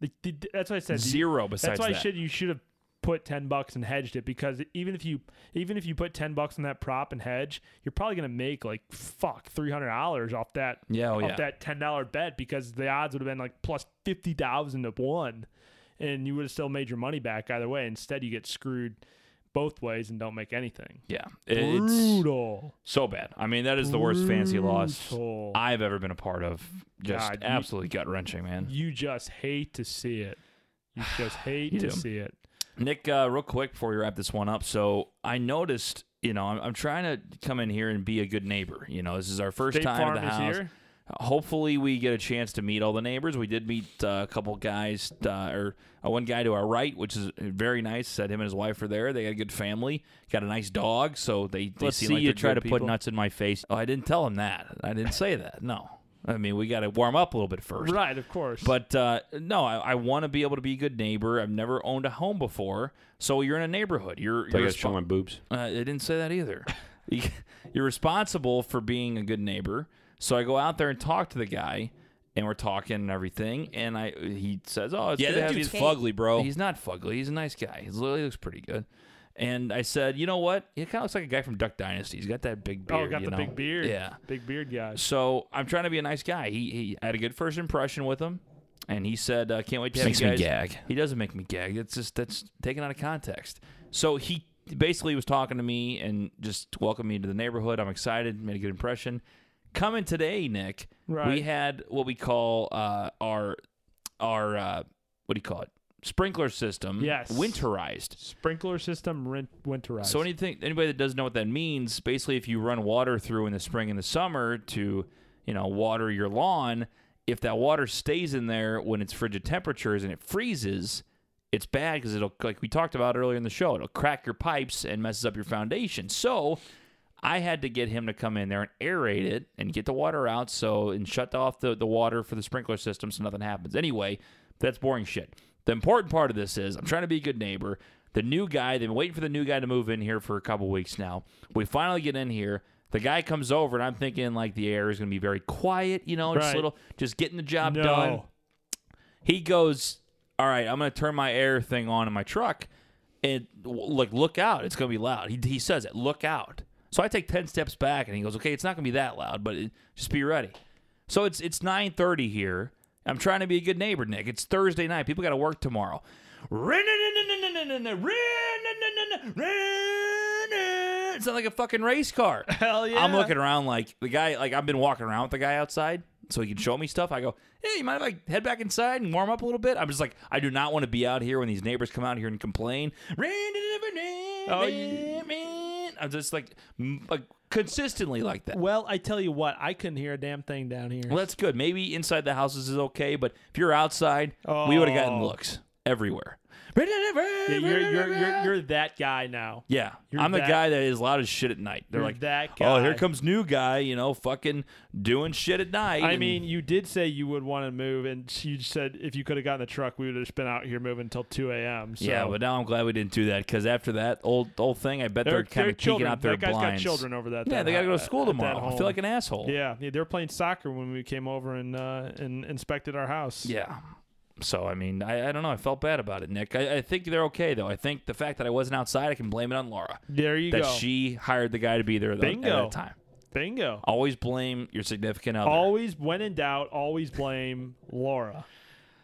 [SPEAKER 2] the- the- That's why I said
[SPEAKER 1] Zero besides
[SPEAKER 2] That's why I
[SPEAKER 1] that.
[SPEAKER 2] should you should have put ten bucks and hedged it because even if you even if you put ten bucks on that prop and hedge, you're probably gonna make like fuck three hundred dollars off that
[SPEAKER 1] Yeah, oh,
[SPEAKER 2] off
[SPEAKER 1] yeah.
[SPEAKER 2] that ten dollar bet because the odds would have been like plus fifty thousand to one, and you would have still made your money back either way. Instead, you get screwed both ways and don't make anything.
[SPEAKER 1] yeah, it's
[SPEAKER 2] Brutal.
[SPEAKER 1] so bad. I mean, that is the worst fancy loss
[SPEAKER 2] Brutal.
[SPEAKER 1] I've ever been a part of. Just
[SPEAKER 2] God, you-
[SPEAKER 1] absolutely gut wrenching, man.
[SPEAKER 2] You just hate to see it. You just hate
[SPEAKER 1] You
[SPEAKER 2] to
[SPEAKER 1] do.
[SPEAKER 2] see it.
[SPEAKER 1] Nick, uh, real quick before we wrap this one up. So I noticed, you know, I'm, I'm trying to come in here and be a good neighbor. You know, this is our first
[SPEAKER 2] State
[SPEAKER 1] time
[SPEAKER 2] Farm
[SPEAKER 1] at the
[SPEAKER 2] is
[SPEAKER 1] house.
[SPEAKER 2] here.
[SPEAKER 1] Hopefully, we get a chance to meet all the neighbors. We did meet uh, a couple guys, uh, or uh, one guy to our right, which is very nice. Said him and his wife are there. They got a good family, got a nice dog. So they, they
[SPEAKER 5] Let's
[SPEAKER 1] seem
[SPEAKER 5] see
[SPEAKER 1] like
[SPEAKER 5] you
[SPEAKER 1] they're
[SPEAKER 5] try
[SPEAKER 1] good
[SPEAKER 5] to put
[SPEAKER 1] people.
[SPEAKER 5] nuts
[SPEAKER 1] in my face. Oh, I didn't tell him that. I didn't say that. No, I mean we got to warm up a little bit first.
[SPEAKER 2] Right, of course.
[SPEAKER 1] But uh, no, I, I want to be able to be a good neighbor. I've never owned a home before, so you're in a neighborhood. You're,
[SPEAKER 5] I
[SPEAKER 1] you're
[SPEAKER 5] gotta show my boobs.
[SPEAKER 1] uh, I didn't say that either. You're responsible for being a good neighbor. So I go out there and talk to the guy, and we're talking and everything. And I he says, "Oh, it's
[SPEAKER 5] Yeah,
[SPEAKER 1] good to
[SPEAKER 5] that
[SPEAKER 1] have
[SPEAKER 5] dude's
[SPEAKER 1] you-
[SPEAKER 5] fugly, bro.
[SPEAKER 1] He's not fugly. He's a nice guy. He's, he looks pretty good." And I said, you know what? He kind of looks like a guy from Duck Dynasty. He's got that big beard.
[SPEAKER 2] oh, got
[SPEAKER 1] you
[SPEAKER 2] the
[SPEAKER 1] know?
[SPEAKER 2] big beard.
[SPEAKER 1] Yeah.
[SPEAKER 2] Big beard guy.
[SPEAKER 1] So I'm trying to be a nice guy. He, he I had a good first impression with him, and he said, uh, "Can't wait to have
[SPEAKER 5] Makes
[SPEAKER 1] you
[SPEAKER 5] me
[SPEAKER 1] guys."
[SPEAKER 5] gag.
[SPEAKER 1] He doesn't make me gag. That's just that's taken out of context. So he basically was talking to me and just welcomed me to the neighborhood. I'm excited. Made a good impression. Coming today, Nick. We
[SPEAKER 2] Right.
[SPEAKER 1] had what we call uh, our our uh, what do you call it? Sprinkler system.
[SPEAKER 2] Yes.
[SPEAKER 1] Winterized.
[SPEAKER 2] Sprinkler system rent winterized.
[SPEAKER 1] So anything anybody that doesn't know what that means, basically if you run water through in the spring and the summer to, you know, water your lawn, if that water stays in there when it's frigid temperatures and it freezes, it's bad because it'll like we talked about earlier in the show, it'll crack your pipes and messes up your foundation. So I had to get him to come in there and aerate it and get the water out so and shut off the, the water for the sprinkler system so nothing happens. Anyway, that's boring shit. The important part of this is I'm trying to be a good neighbor. The new guy, they've been waiting for the new guy to move in here for a couple weeks now. We finally get in here. The guy comes over and I'm thinking like the air is gonna be very quiet, you know, just
[SPEAKER 2] Right.
[SPEAKER 1] little just getting the job
[SPEAKER 2] no.
[SPEAKER 1] done he goes, "All right, I'm gonna turn my air thing on in my truck, and w- like look out, it's gonna be loud." He, he says it, "Look out." So I take ten steps back, and he goes, "Okay, it's not gonna be that loud, but it, just be ready." So it's it's nine thirty here. I'm trying to be a good neighbor, Nick. It's Thursday night. People got to work tomorrow. It's not like a fucking race car.
[SPEAKER 2] Hell yeah.
[SPEAKER 1] I'm looking around like the guy, like I've been walking around with the guy outside so he can show me stuff. I go, hey, you mind if I head back inside and warm up a little bit? I'm just like, I do not want to be out here when these neighbors come out here and complain. Oh, I'm just like, m- like consistently like that.
[SPEAKER 2] Well, I tell you what, I couldn't hear a damn thing down here.
[SPEAKER 1] Well, that's good. Maybe inside the houses is okay, but if you're outside, we would have gotten
[SPEAKER 2] Oh.
[SPEAKER 1] looks everywhere.
[SPEAKER 2] Yeah, you're, you're, you're, you're that guy now.
[SPEAKER 1] Yeah,
[SPEAKER 2] You're
[SPEAKER 1] I'm the
[SPEAKER 2] that-
[SPEAKER 1] guy that is loud as shit at night. They're
[SPEAKER 2] You're
[SPEAKER 1] like,
[SPEAKER 2] that
[SPEAKER 1] oh, here
[SPEAKER 2] guy."
[SPEAKER 1] comes new guy, you know, fucking doing shit at night.
[SPEAKER 2] I
[SPEAKER 1] and-
[SPEAKER 2] mean, you did say you would want to move, and you said if you could have gotten the truck, we would have just been out here moving until 2 a.m. So.
[SPEAKER 1] yeah, but now I'm glad we didn't do that because after that old old thing, I bet they're,
[SPEAKER 2] they're,
[SPEAKER 1] kind
[SPEAKER 2] they're
[SPEAKER 1] of peeking
[SPEAKER 2] children.
[SPEAKER 1] out their
[SPEAKER 2] that guy's
[SPEAKER 1] blinds.
[SPEAKER 2] got children over that.
[SPEAKER 1] Yeah,
[SPEAKER 2] that-
[SPEAKER 1] they got to go to
[SPEAKER 2] at
[SPEAKER 1] school
[SPEAKER 2] that
[SPEAKER 1] tomorrow. I
[SPEAKER 2] home.
[SPEAKER 1] feel like an asshole.
[SPEAKER 2] Yeah, yeah, they were playing soccer when we came over and uh, and inspected our house.
[SPEAKER 1] Yeah. So I mean, I, I don't know. I felt bad about it, Nick. I, I think they're okay though. I think the fact that I wasn't outside, I can blame it on Laura
[SPEAKER 2] There you
[SPEAKER 1] that
[SPEAKER 2] go.
[SPEAKER 1] she hired the guy to be there at that- at
[SPEAKER 2] Bingo.
[SPEAKER 1] that time.
[SPEAKER 2] Bingo.
[SPEAKER 1] Always blame your significant other.
[SPEAKER 2] Always, when in doubt, always blame Laura.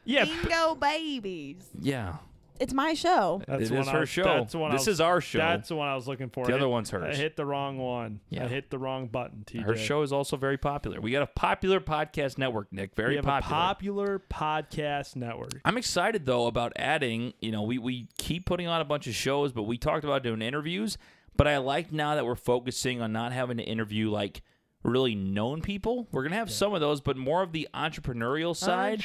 [SPEAKER 2] Yeah, b-
[SPEAKER 8] Bingo babies.
[SPEAKER 1] yeah.
[SPEAKER 8] It's my show.
[SPEAKER 2] that's
[SPEAKER 1] It
[SPEAKER 2] one
[SPEAKER 1] is
[SPEAKER 2] I
[SPEAKER 1] her
[SPEAKER 2] was-
[SPEAKER 1] show.
[SPEAKER 2] That's the one I
[SPEAKER 1] This
[SPEAKER 2] was-
[SPEAKER 1] is our show.
[SPEAKER 2] That's the one I was looking for.
[SPEAKER 1] The
[SPEAKER 2] I
[SPEAKER 1] other
[SPEAKER 2] hit-
[SPEAKER 1] one's hers.
[SPEAKER 2] I hit the wrong one.
[SPEAKER 1] Yeah.
[SPEAKER 2] I hit the wrong button. TJ.
[SPEAKER 1] Her show is also very popular. We got a popular podcast network, Nick. Very
[SPEAKER 2] We have
[SPEAKER 1] popular.
[SPEAKER 2] a popular podcast network.
[SPEAKER 1] I'm excited though about adding. You know, we we keep putting on a bunch of shows, but we talked about doing interviews. But I like now that we're focusing on not having to interview like really known people. We're gonna have some of those, but more of the
[SPEAKER 2] Uh,
[SPEAKER 1] entrepreneurial side.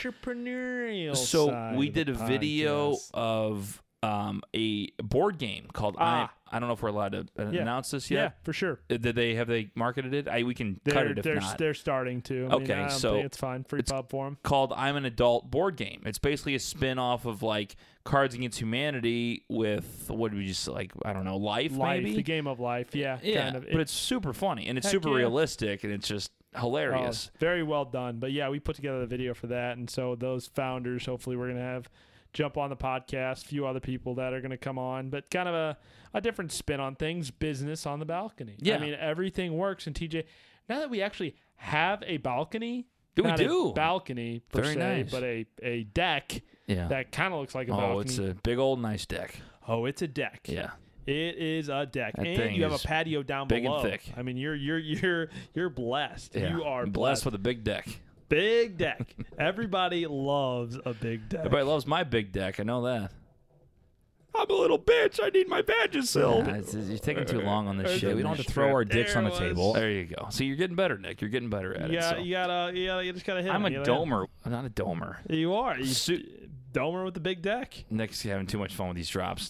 [SPEAKER 2] Entrepreneurial.
[SPEAKER 1] so
[SPEAKER 2] side
[SPEAKER 1] we
[SPEAKER 2] of the
[SPEAKER 1] did a video
[SPEAKER 2] podcast.
[SPEAKER 1] of um, a board game called
[SPEAKER 2] Ah.
[SPEAKER 1] I. I don't know if we're allowed to uh,
[SPEAKER 2] Yeah.
[SPEAKER 1] announce this
[SPEAKER 2] Yeah,
[SPEAKER 1] yet.
[SPEAKER 2] for sure.
[SPEAKER 1] Uh, Did they have they marketed it? I we can
[SPEAKER 2] They're,
[SPEAKER 1] cut it if
[SPEAKER 2] they're,
[SPEAKER 1] not.
[SPEAKER 2] they're starting to. I mean,
[SPEAKER 1] Okay,
[SPEAKER 2] I don't
[SPEAKER 1] so
[SPEAKER 2] think it's fine. Free
[SPEAKER 1] it's-
[SPEAKER 2] pub for them.
[SPEAKER 1] called I'm an Adult board game. It's basically a spin off of like Cards Against Humanity with what do we just like I don't know life,
[SPEAKER 2] Life,
[SPEAKER 1] maybe
[SPEAKER 2] the game of life. Yeah,
[SPEAKER 1] yeah,
[SPEAKER 2] kind of.
[SPEAKER 1] but it's super funny and it's
[SPEAKER 2] Heck
[SPEAKER 1] super
[SPEAKER 2] yeah.
[SPEAKER 1] realistic and it's just
[SPEAKER 2] Oh,
[SPEAKER 1] hilarious.
[SPEAKER 2] very well done. But yeah, we put together the video for that, and so those founders, hopefully, we're gonna have jump on the podcast. Few other people that are gonna come on, but kind of a a different spin on things. Business on the balcony.
[SPEAKER 1] Yeah.
[SPEAKER 2] I mean everything works. And TJ, now that we actually have a balcony,
[SPEAKER 1] Do we
[SPEAKER 2] not a
[SPEAKER 1] do?
[SPEAKER 2] balcony per
[SPEAKER 1] Very
[SPEAKER 2] se,
[SPEAKER 1] nice.
[SPEAKER 2] but a a deck
[SPEAKER 1] Yeah.
[SPEAKER 2] that kind of looks like a
[SPEAKER 1] oh,
[SPEAKER 2] balcony.
[SPEAKER 1] it's a big old nice deck.
[SPEAKER 2] oh, it's a deck.
[SPEAKER 1] Yeah.
[SPEAKER 2] It is a deck,
[SPEAKER 1] That thing
[SPEAKER 2] and you have a
[SPEAKER 1] is
[SPEAKER 2] patio down
[SPEAKER 1] big and
[SPEAKER 2] below.
[SPEAKER 1] thick.
[SPEAKER 2] I mean, you're you're you're you're blessed.
[SPEAKER 1] yeah.
[SPEAKER 2] You are
[SPEAKER 1] I'm
[SPEAKER 2] blessed.
[SPEAKER 1] blessed with a big deck.
[SPEAKER 2] Big deck. Everybody loves a big deck.
[SPEAKER 1] Everybody loves my big deck. I know that.
[SPEAKER 5] I'm a little bitch. I need my badges
[SPEAKER 1] Nah, it's- it's- you're taking too long on this shit. We don't have to throw our dicks on the table. There you go. See, you're getting better, Nick. You're getting better at
[SPEAKER 2] you,
[SPEAKER 1] it.
[SPEAKER 2] gotta,
[SPEAKER 1] so.
[SPEAKER 2] you gotta, you gotta, you just gotta hit.
[SPEAKER 1] I'm a
[SPEAKER 2] him. You gotta hit him.
[SPEAKER 1] domer. I'm not a domer.
[SPEAKER 2] You are. You,
[SPEAKER 1] Su-
[SPEAKER 2] domer with the big deck.
[SPEAKER 1] Nick's having too much fun with these drops.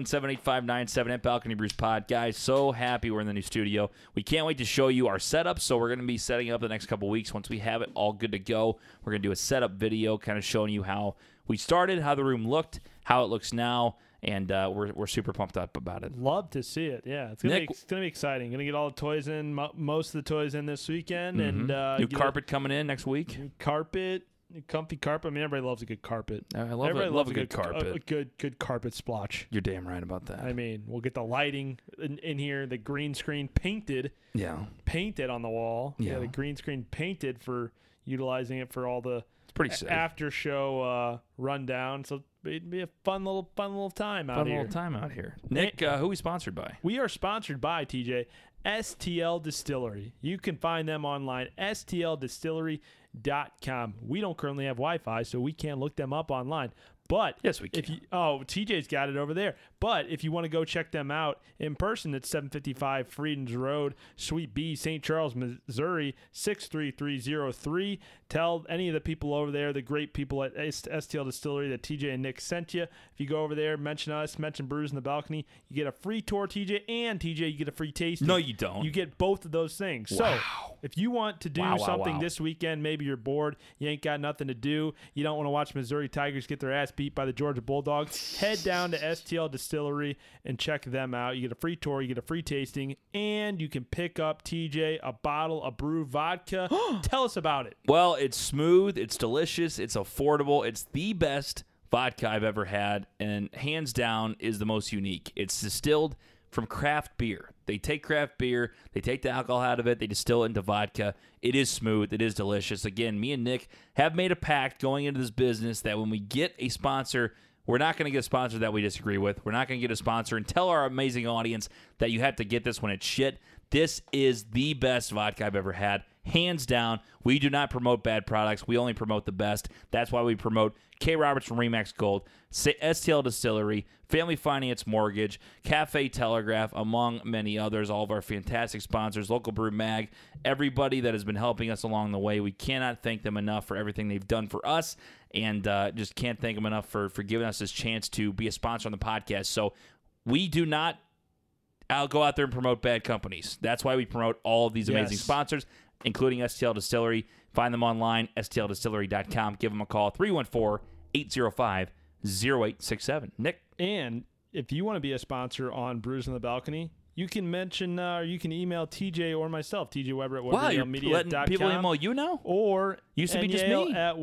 [SPEAKER 1] 314-877-8597 at Balcony Brews Pod. Guys, so happy we're in the new studio. We can't wait to show you our setup, so we're going to be setting up the next couple weeks. Once we have it all good to go, we're going to do a setup video kind of showing you how we started, how the room looked, how it looks now, and uh, we're, we're super pumped up about it.
[SPEAKER 2] Love to see it. Yeah, it's gonna,
[SPEAKER 1] Nick-
[SPEAKER 2] be, it's gonna be exciting. Gonna get all the toys in, mo- most of the toys in this weekend, and uh,
[SPEAKER 1] Mm-hmm. New
[SPEAKER 2] get
[SPEAKER 1] carpet coming in next week.
[SPEAKER 2] a carpet. comfy carpet. I mean, everybody loves a good carpet.
[SPEAKER 1] I love
[SPEAKER 2] everybody
[SPEAKER 1] a, love a good carpet.
[SPEAKER 2] A, good good carpet splotch.
[SPEAKER 1] You're damn right about that.
[SPEAKER 2] I mean, we'll get the lighting in, in here, the green screen painted,
[SPEAKER 1] yeah,
[SPEAKER 2] painted on the wall.
[SPEAKER 1] Yeah.
[SPEAKER 2] the green screen painted for utilizing it for all the
[SPEAKER 1] it's pretty safe.
[SPEAKER 2] after show uh, rundown. So it'd be a fun little fun little time out
[SPEAKER 1] Fun
[SPEAKER 2] here.
[SPEAKER 1] little time out here. Nick, uh, who we sponsored by?
[SPEAKER 2] We are sponsored by TJ STL Distillery. You can find them online stldistillery.com. We don't currently have Wi-Fi, so we can't look them up online. But
[SPEAKER 1] Yes, we
[SPEAKER 2] If
[SPEAKER 1] can.
[SPEAKER 2] you, oh, TJ's got it over there. But if you want to go check them out in person, it's 755 Freedoms Road, Suite B, St. Charles, Missouri 63303. Tell any of the people over there, the great people at S- STL Distillery that TJ and Nick sent you. If you go over there, mention us, mention Brews in the Balcony, you get a free tour, TJ, and TJ, you get a free taste.
[SPEAKER 1] No, you don't.
[SPEAKER 2] You get both of those things. So if you want to do
[SPEAKER 1] Wow, wow,
[SPEAKER 2] something
[SPEAKER 1] wow.
[SPEAKER 2] this weekend, maybe you're bored, you ain't got nothing to do, you don't want to watch Missouri Tigers get their ass beat by the Georgia Bulldogs, head down to STL Distillery and check them out. You get a free tour, you get a free tasting, and you can pick up TJ a bottle of brew vodka. Tell us about it.
[SPEAKER 1] Well, it's smooth, it's delicious, it's affordable, it's the best vodka I've ever had, and hands down is the most unique. It's distilled from craft beer. They take craft beer, they take the alcohol out of it, they distill it into vodka. It is smooth, it is delicious. Again, me and Nick have made a pact going into this business that when we get a sponsor, we're not going to get a sponsor that we disagree with. We're not going to get a sponsor and tell our amazing audience that you have to get this when it's shit. This is the best vodka I've ever had hands down. We do not promote bad products. We only promote the best. That's why we promote K. Roberts from Remax Gold, S- STL Distillery, Family Finance Mortgage, Cafe Telegraph, among many others. All of our fantastic sponsors, Local Brew Mag, everybody that has been helping us along the way. We cannot thank them enough for everything they've done for us, and uh, just can't thank them enough for for giving us this chance to be a sponsor on the podcast. So we do not I'll go out there and promote bad companies. That's why we promote all of these amazing
[SPEAKER 2] Yes.
[SPEAKER 1] sponsors, including STL Distillery. Find them online, stldistillery.com. Give them a call, 314 805 0867. Nick,
[SPEAKER 2] And if you want to be a sponsor on Brews on the Balcony, you can mention uh, or you can email TJ or myself, TJ Weber at
[SPEAKER 1] wow, you're letting people
[SPEAKER 2] webermedia.com.
[SPEAKER 1] email you now?
[SPEAKER 2] or
[SPEAKER 1] Used to be just
[SPEAKER 2] nyale
[SPEAKER 1] me.
[SPEAKER 2] at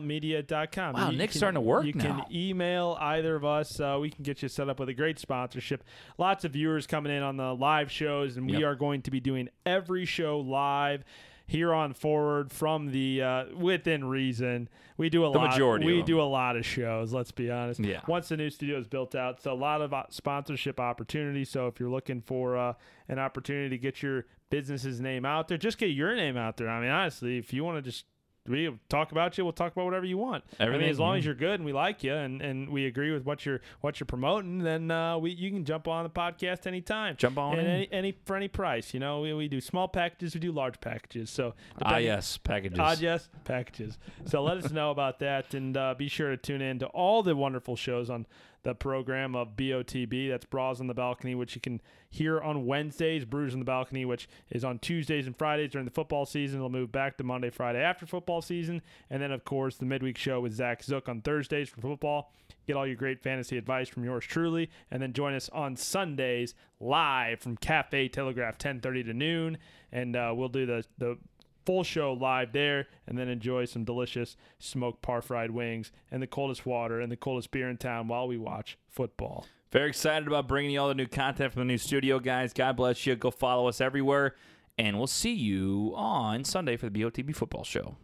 [SPEAKER 2] weberyalemedia.com.
[SPEAKER 1] Wow,
[SPEAKER 2] You
[SPEAKER 1] Nick's
[SPEAKER 2] can-
[SPEAKER 1] starting to work
[SPEAKER 2] You
[SPEAKER 1] now.
[SPEAKER 2] can email either of us. Uh, we can get you set up with a great sponsorship. Lots of viewers coming in on the live shows, and we
[SPEAKER 1] Yep.
[SPEAKER 2] are going to be doing every show live here on forward from the uh, within reason. We do a
[SPEAKER 1] The
[SPEAKER 2] lot.
[SPEAKER 1] majority of
[SPEAKER 2] we
[SPEAKER 1] them.
[SPEAKER 2] do a lot of shows. Let's be honest.
[SPEAKER 1] Yeah.
[SPEAKER 2] Once the new studio is built out, so a lot of uh, sponsorship opportunities. So if you're looking for uh, an opportunity to get your business's name out there, just get your name out there. I mean, honestly, if you want to just we talk about you, we'll talk about whatever you want. I mean,
[SPEAKER 1] Everything,
[SPEAKER 2] as long
[SPEAKER 1] yeah.
[SPEAKER 2] as you're good and we like you and, and we agree with what you're what you're promoting, then uh, we you can jump on the podcast anytime.
[SPEAKER 1] Jump on
[SPEAKER 2] and
[SPEAKER 1] in.
[SPEAKER 2] any, any for any price. You know, we, we do small packages, we do large packages. So
[SPEAKER 1] Ah,
[SPEAKER 2] depending-
[SPEAKER 1] yes, packages.
[SPEAKER 2] Ah, yes, packages. So let us know about that, and uh, be sure to tune in to all the wonderful shows on the program of BOTB. That's Bras on the Balcony, which you can hear on Wednesdays. Brews on the Balcony, which is on Tuesdays and Fridays during the football season. It'll move back to Monday, Friday after football season, and then of course the midweek show with Zach Zook on Thursdays for football. Get all your great fantasy advice from yours truly, and then join us on Sundays live from Cafe Telegraph, 10:30 to noon, and uh, we'll do the the full show live there and then enjoy some delicious smoked par fried wings and the coldest water and the coldest beer in town while we watch football.
[SPEAKER 1] Very excited about bringing you all the new content from the new studio, guys. God bless you. Go follow us everywhere, and we'll see you on Sunday for the BOTB football show.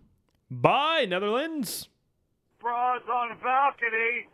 [SPEAKER 2] Bye, Netherlands.
[SPEAKER 9] Bras on balcony.